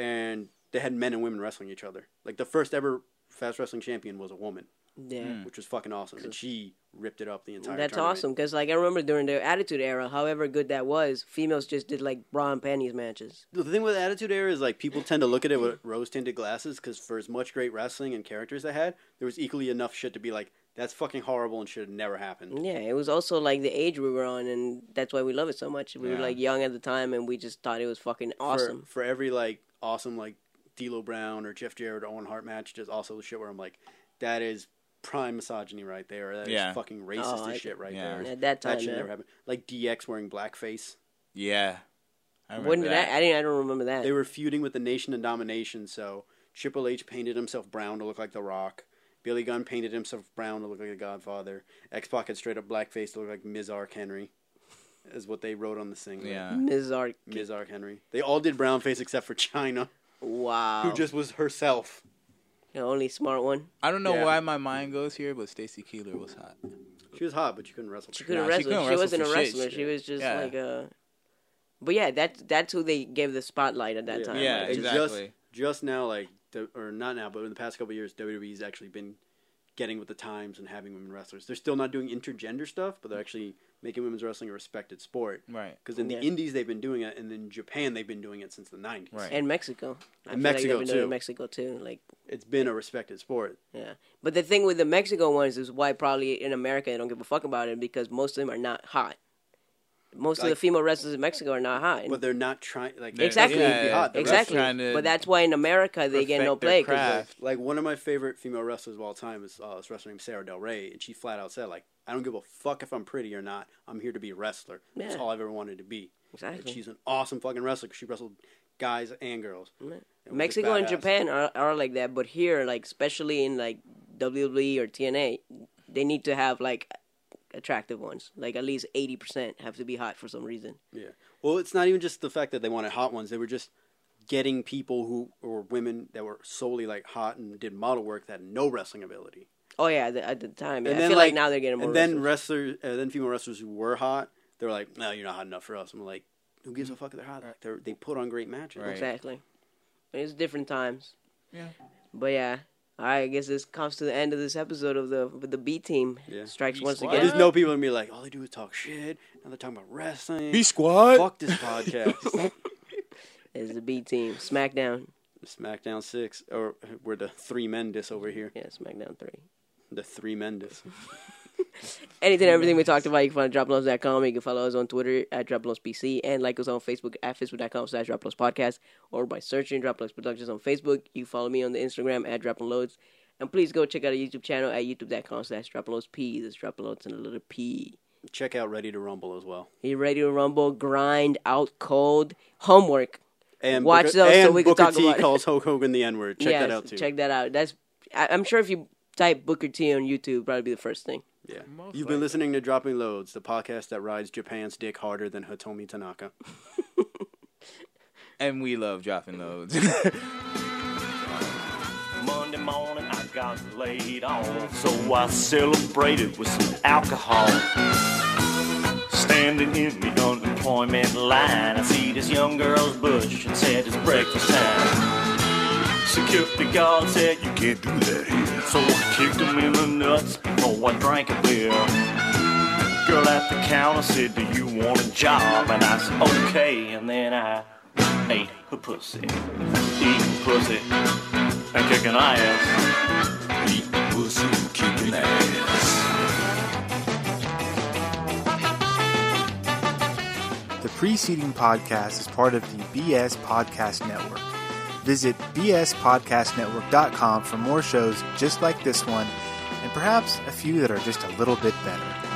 E: and they had men and women wrestling each other. Like the first ever Fast Wrestling champion was a woman,
D: yeah.
E: which was fucking awesome, and she ripped it up the entire.
D: Hmm. That's
E: tournament.
D: awesome because, like, I remember during the Attitude Era, however good that was, females just did like bra and panties matches.
E: The thing with Attitude Era is like people tend to look at it with rose tinted glasses because for as much great wrestling and characters they had, there was equally enough shit to be like that's fucking horrible and should have never happened.
D: Yeah, it was also like the age we were on, and that's why we love it so much. We were
F: Yeah.
D: like young at the time, and we just thought it was fucking awesome.
E: for, for every like awesome like D'Lo Brown or Jeff Jarrett or Owen Hart match. There's also the shit where I'm like, that is prime misogyny right there. That is
F: Yeah.
E: fucking racist
D: Oh,
E: as
D: I-
E: shit right
F: yeah.
E: there.
D: At that time,
E: that should
D: yeah.
E: never happen. Like DX wearing blackface.
F: Yeah. I remember
D: when did that? I didn't. I don't remember that.
E: They were feuding with the Nation and Domination, so Triple H painted himself brown to look like The Rock. Billy Gunn painted himself brown to look like The Godfather. X Pac had straight up blackface to look like Ms. Ark Henry, is what they wrote on the single.
F: Yeah.
D: Ms. Arc.
E: Ms. Ark Henry. They all did brown face except for China,
D: Wow.
E: who just was herself.
D: the only smart one.
F: I don't know
E: Yeah.
F: why my mind goes here, but Stacy Keeler was hot.
E: She was hot, but you couldn't wrestle.
D: She couldn't
F: Nah, she
D: wrestle. She,
F: couldn't wrestle
D: wasn't a
F: for shit.
D: wrestler. She,
E: She-
D: was just
F: yeah.
D: like a. But yeah, that that's who they gave the spotlight at that time.
F: Yeah,
D: like,
E: And
D: just-
F: exactly.
E: Just, just now, like, the, or not now, but in the past couple of years, WWE's actually been getting with the times and having women wrestlers. They're still not doing intergender stuff, but they're actually making women's wrestling a respected sport.
F: Right.
E: Because in
D: Yeah.
E: the Indies they've been doing it, and in Japan they've been doing it since the nineties.
F: Right.
D: and Mexico. I
E: And
D: feel
E: Mexico,
D: like they've been doing
E: too.
D: Mexico too. Like
E: It's been a respected sport.
D: yeah, but the thing with the Mexico ones is why probably in America they don't give a fuck about it because most of them are not hot. Most of the
E: Like-
D: female wrestlers in Mexico are not hot.
E: But they're not trying like
F: They're-
D: Exactly.
E: it doesn't need to be hot. They're
D: exactly.
F: trying to
D: But that's why in America they get
F: perfect
D: no
F: their
D: play. 'cause
F: craft.
E: wrestling- Like one of my favorite female wrestlers of all time is uh, this wrestler named Sarah Del Rey, and she flat out said like, "I don't give a fuck if I'm pretty or not. I'm here to be a wrestler. That's
D: Yeah.
E: all I've ever wanted to be." And
D: Exactly.
E: she's an awesome fucking wrestler. 'cause she wrestled guys and girls. And was
D: Mexico and
E: badass.
D: Japan are, are like that, but here, like especially in like WWE or TNA, they need to have like attractive ones. Like at least eighty percent have to be hot for some reason.
E: Yeah. Well, it's not even just the fact that they wanted hot ones. They were just getting people who or women that were solely like hot and did model work that had no wrestling ability.
D: Oh yeah, at the, at the time, yeah. I feel like, now they're getting more.
E: And then
D: wrestlers.
E: wrestlers, and then female wrestlers who were hot, they were like, "No, you're not hot enough for us." I'm like, "Who gives a fuck if they're hot? Like, they're, they put on great matches."
F: Right.
D: Exactly. But it's different times.
F: Yeah.
D: But yeah. All right, I guess this comes to the end of this episode of the with the B team
E: Yeah.
D: strikes
F: B
D: once
F: squad.
E: There's
D: again.
E: no people gonna be like, "All they do is talk shit." Now they're talking about wrestling.
F: squad.
E: Fuck this podcast.
D: It's the B team SmackDown.
E: SmackDown six, or we're the three men dis over here.
D: Yeah, SmackDown three.
E: The three men dis.
D: Anything, everything we talked about, you can find at droplones.com. You can follow us on Twitter at droplonespc and like us on Facebook at facebook.com slash droplones podcast or by searching Droplones Productions on Facebook. You can follow me on the Instagram at droplones. And please go check out our YouTube channel at youtube.com slash droplonesp. That's droplones and a little p.
E: Check out Ready to Rumble as well.
D: He ready to rumble, grind, out cold, homework.
E: And
D: Watch
E: Booker,
D: those so
E: and
D: we can
E: Booker
D: talk
E: T
D: about it.
E: calls Hulk Hogan the N word. Check
D: Yes,
E: that out too.
D: Check that out. That's I, I'm sure if you type Booker T on YouTube, it'll probably be the first thing.
E: yeah.
F: Most
E: You've been listening to Dropping Loads, the podcast that rides Japan's dick harder than Hitomi Tanaka.
F: And we love dropping loads.
B: Monday morning I got laid off, so I celebrated with some alcohol. Standing in the unemployment line, I see this young girl's bush and said it's breakfast time. Security guard said you can't do that here, so I kicked him in the nuts before I drank a beer. Girl at the counter said, "Do you want a job?" And I said, "Okay," and then I ate her pussy, eating pussy and kicking ass.
C: Beat pussy and kicking ass.
G: The preceding podcast is part of the BS Podcast Network. Visit bspodcastnetwork.com for more shows just like this one and perhaps a few that are just a little bit better.